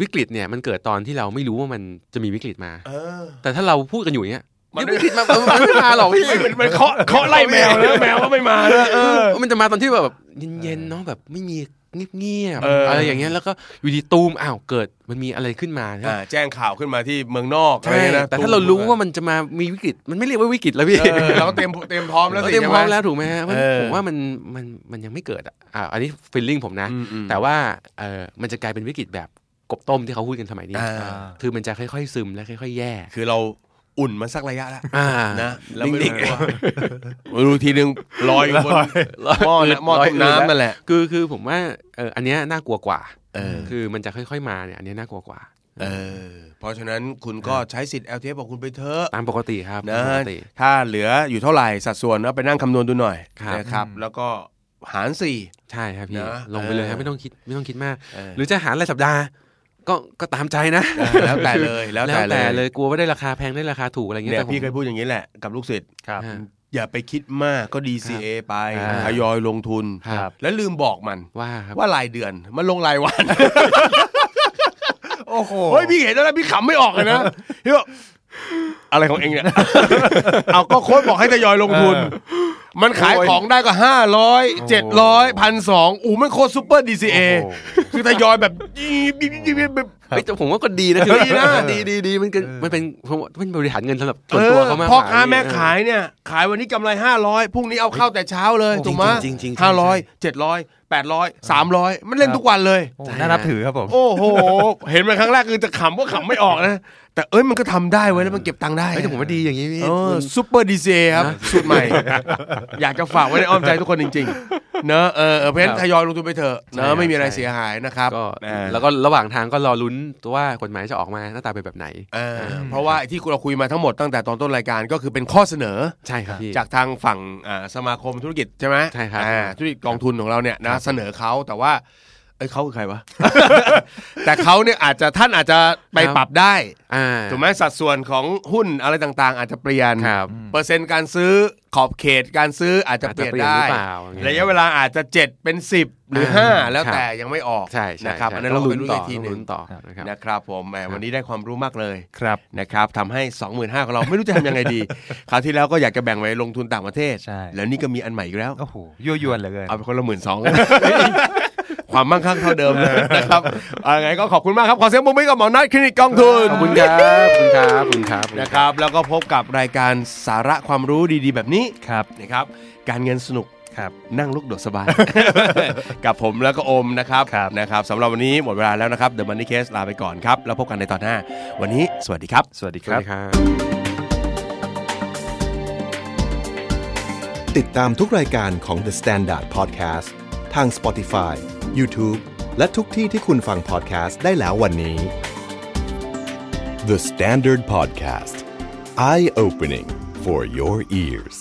[SPEAKER 4] วิกฤตเนี่ยมันเกิดตอนที่เราไม่รู้ว่ามันจะมีวิกฤตมา
[SPEAKER 3] เออ
[SPEAKER 4] แต่ถ้าเราพูดกันอยู่อย่างเงี้ย
[SPEAKER 3] มัน
[SPEAKER 4] เดี๋ยววิกฤตมาเออมันไม่มาหรอกพี่
[SPEAKER 3] มันมันเคาะเคาะไล่แมวแล้วแมวก็ไม่มาเนอะเออ
[SPEAKER 4] มันจะมาตอนที่แบบเย็นๆเนาะแบบไม่มีเงียบ
[SPEAKER 3] เอออ
[SPEAKER 4] ๆอะไรอย่างเงี้ยแล้วก็อยู่ดีตูมอ้าวเกิดมันมีอะไรขึ้นมา
[SPEAKER 3] อ่าแจ้งข่าวขึ้นมาที่เมืองนอกอะไร
[SPEAKER 4] ใช่
[SPEAKER 3] เงี้ยนะ
[SPEAKER 4] แต่ถ้าเรารู้ว่ามันจะมามีวิกฤต มันไม่เรียกว่าวิกฤตแล้วพี่
[SPEAKER 3] เออเราก็เตรียมเตรียมพร้อมแล้ว
[SPEAKER 4] เรา
[SPEAKER 3] สิ
[SPEAKER 4] เตรียม
[SPEAKER 3] ใช่
[SPEAKER 4] พ
[SPEAKER 3] ไหม
[SPEAKER 4] ร้อมแล้วถูกไหมฮะเพราะ
[SPEAKER 3] เออ
[SPEAKER 4] ผมว่ามันมันมันยังไม่เกิดอ่ะอ่าอันนี้ฟีลลิ่งผมนะ
[SPEAKER 3] อืมอืม
[SPEAKER 4] แต่ว่าเออมันจะกลายเป็นวิกฤตแบบกบต้มที่เขาพูดกันสมัยนี้
[SPEAKER 3] อ่า
[SPEAKER 4] อ่าคือมันจะค่อยๆซึมและค่อย ๆ แย่
[SPEAKER 3] คือเราอุ่นมันสักระยะแล้ว
[SPEAKER 4] อ่า
[SPEAKER 3] นะแล้ว
[SPEAKER 4] นิ่
[SPEAKER 3] ไม่
[SPEAKER 4] ง
[SPEAKER 3] รู้ว่ารู้ทีนึงลอยอยู่บน
[SPEAKER 4] ๆแล้ว
[SPEAKER 3] หม้อนะหม้อต้มน้ำนั่นแหละ
[SPEAKER 4] คือคือผมว่าเอออันเนี้ยน่ากลัวกว่า
[SPEAKER 3] เออ
[SPEAKER 4] คือมันจะค่อยๆมาเนี่ยอันเนี้ยน่ากลัวกว่า
[SPEAKER 3] เออ เพราะฉะนั้นคุณก็ใช้สิทธิ์ LTF ของคุณไปเถอะ
[SPEAKER 4] ตามปกติครับ
[SPEAKER 3] นะ
[SPEAKER 4] ตามปกติ
[SPEAKER 3] ถ้าเหลืออยู่เท่าไหร่สัดส่วนนะไปนั่งคำนวณดูหน่อย
[SPEAKER 4] ครับ
[SPEAKER 3] นะครับ แล้วก็หารสี่
[SPEAKER 4] ใช่ครับพี่
[SPEAKER 3] นะ
[SPEAKER 4] ลงไปเลยครับ
[SPEAKER 3] เออ
[SPEAKER 4] ไม่ต้องคิดไม่ต้องคิดมาก
[SPEAKER 3] เออ
[SPEAKER 4] หรือจะหารรายสัปดาห์ ก็ก็ตามใจนะ
[SPEAKER 3] เออแล้วแต่เลยแล้ว
[SPEAKER 4] แล้ว
[SPEAKER 3] แต่
[SPEAKER 4] แต่
[SPEAKER 3] เล
[SPEAKER 4] เลย ยกลัวว่าได้ราคาแพงได้ราคาถูกอะไรเงี้ย
[SPEAKER 3] เนี่ย
[SPEAKER 4] แต่ผม
[SPEAKER 3] พี่เคยพูดอย่างนี้แหละกับลูกศิษย์
[SPEAKER 2] ครับ
[SPEAKER 4] ฮะ
[SPEAKER 3] อย่าไปคิดมากก็ DCA ไป
[SPEAKER 4] อ่า
[SPEAKER 3] ทยอยลงทุน
[SPEAKER 4] ครับ
[SPEAKER 3] แล้วลืมบอกมัน
[SPEAKER 4] ว่าครับ
[SPEAKER 3] ว่ารายเดือนมันลงรายวัน
[SPEAKER 2] โอ้โห
[SPEAKER 3] โอ้ยพี่เห็นแล้วนะพี่ขำไม่ออกเลยนะ พี่บอกอะไรของเองเนี่ย เอาก็โค้ดบอกให้ทยอยลงทุน มันขายของได้ก็ห้าร้อยเจ็ดร้อยพันสองอู้มันโคตรซูเปอร์ดีซีเอ
[SPEAKER 2] โอ้โห
[SPEAKER 3] คือทยอยแบบยีบยิบยิบยิบแบบ
[SPEAKER 4] เฮ้ยแต่ผมว่าก็ดีนะคือ
[SPEAKER 3] ดีนะ
[SPEAKER 4] ดีดีดีมันก็มันเป็นผมว่ามันบริหารเงินสำหรับส่
[SPEAKER 3] เอ
[SPEAKER 4] วน
[SPEAKER 3] อ
[SPEAKER 4] ตัวเขามากกว่
[SPEAKER 3] พ่อค้าแม่
[SPEAKER 4] เออ
[SPEAKER 3] ขายเนี่ย ขายวันนี้กำไรห้าร้อยพรุ่งนี้เอาเข้าแต่เช้าเลยถูกไหม
[SPEAKER 4] จริงๆจริงๆใช่
[SPEAKER 3] ห้าร้อยเจ็ดร้อยแปดร้อยสามร้อยมันเล่นทุกวันเลย
[SPEAKER 2] โอ้น่านับถือครับผม
[SPEAKER 3] โอ้โห เห็นมันครั้งแรกคือจะขำก็ขำไม่ออกนะ แต่เอ้ยมันก็ทำได้ไว้ยแล้วมันเก็บตังค์ได้
[SPEAKER 4] เฮ้ยแต่ผมว่าดีอย่างนี้พี่
[SPEAKER 3] เออ
[SPEAKER 4] มัน
[SPEAKER 3] ซูเปอร์ดีเจครับ
[SPEAKER 4] นะ
[SPEAKER 3] สูตรให ม่ อยากจะฝากไว้ในอ้อมใจทุกคนจริงๆ เนอะเออเออเพราะฉะนั้นทยอยลงทุนไปเถอะเนอะไม่มีอะไรเสียหายนะครับ
[SPEAKER 4] ก็
[SPEAKER 3] เออ
[SPEAKER 4] แล้วก็ระหว่างทางก็รอลุ้นว่ากฎหมายจะออกมาหน้าตาเป็นแบบไหน
[SPEAKER 3] เออเพราะว่าไอ้ที่เราคุยมาทั้งหมดตั้งแต่ตอนต้นรายการก็คือเป็นข้อเสนอ
[SPEAKER 4] ใช่ครับพี่
[SPEAKER 3] จากทางฝั่งอ่าสมาคมธุรกิจใช่ไหม
[SPEAKER 4] ใช่ครับ
[SPEAKER 3] อ่าธุรกิจกองทุนของเราเนี่ยนะเสนอเขาแต่ว่า เอ้ยเขาคือใครวะ แต่เขาเนี่ยอาจจะท่านอาจจะไปปรับได้
[SPEAKER 4] อ่า
[SPEAKER 3] ถูกไหมสัดส่วนของหุ้นอะไรต่างๆ อาจจะเปลี่ยน
[SPEAKER 4] ครับ
[SPEAKER 3] เปอร์เซ็นต์การซื้อขอบเขตการซื้ออาจจะเปลี่ยนได้
[SPEAKER 4] อาจจะเปลี่ยนหรือเปล่าอย่าง
[SPEAKER 3] ระ
[SPEAKER 4] เงี้ย
[SPEAKER 3] ยะเวลาอาจจะ 7 เป็น 10 หรือ
[SPEAKER 4] อ่า
[SPEAKER 3] 5 แล้ว
[SPEAKER 4] ครับ
[SPEAKER 3] แต่ยังไม่ออก
[SPEAKER 4] ใช่ใช่
[SPEAKER 3] นะครับ
[SPEAKER 4] ใช่
[SPEAKER 3] อันนั้นเรา
[SPEAKER 4] ต้
[SPEAKER 3] ไป
[SPEAKER 4] งลุ้น
[SPEAKER 3] รู้
[SPEAKER 4] ต่
[SPEAKER 3] อี
[SPEAKER 4] อก
[SPEAKER 3] ที
[SPEAKER 4] ต้อง
[SPEAKER 3] หนึ่ง
[SPEAKER 4] ลุ้นต่อนะครับ
[SPEAKER 3] นะครับผมแหมวันนี้ได้ความรู้มากเลย
[SPEAKER 2] ครับ
[SPEAKER 3] นะครับทำให้ 25,000ของเราไม่รู้จะทำยังไง ดี คราวที่แล้วก็อยากจะแบ่งไว้ลงทุนต่างประเทศ
[SPEAKER 2] ใช่
[SPEAKER 3] แล้วนี่ก็มีอันใหม่อีกแล้ว
[SPEAKER 2] โอ้โหยั่วยวนเหลือเกิน
[SPEAKER 3] เอาไปคนละหมื่นสอง ความมั่งคั่งเท่าเดิมเลยนะครับเอาไงก็ขอบคุณมากครับขอเสียงปรบมือกับหมอนัทคลินิกกองทุน
[SPEAKER 4] ขอบคุณครับ ขอบคุณครับ ขอบคุณครับ
[SPEAKER 3] นะครับแล้วก็พบกับรายการสาระความรู้ดีๆ แบบนี้
[SPEAKER 2] ครับ
[SPEAKER 3] นะครับการเงินสนุก
[SPEAKER 2] ครับ
[SPEAKER 3] นั่งลูกโดดสบาย กับผมแล้วก็โอมนะครับ
[SPEAKER 2] ครับ
[SPEAKER 3] นะครับสำหรับวันนี้หมดเวลาแล้วนะครับ The Money Case ลาไปก่อนครับ แล้วพบกันในตอนหน้า วันนี้สวัสดีครับ
[SPEAKER 2] สวัสดี
[SPEAKER 4] ส
[SPEAKER 2] ค
[SPEAKER 4] วัส
[SPEAKER 2] รับ
[SPEAKER 4] ดีครับ
[SPEAKER 1] ติดตามทุกรายการของ The Standard Podcast ทาง Spotify, YouTube และทุกที่ที่คุณฟัง podcast ได้แล้ววันนี้ The Standard Podcast Eye Opening for Your Ears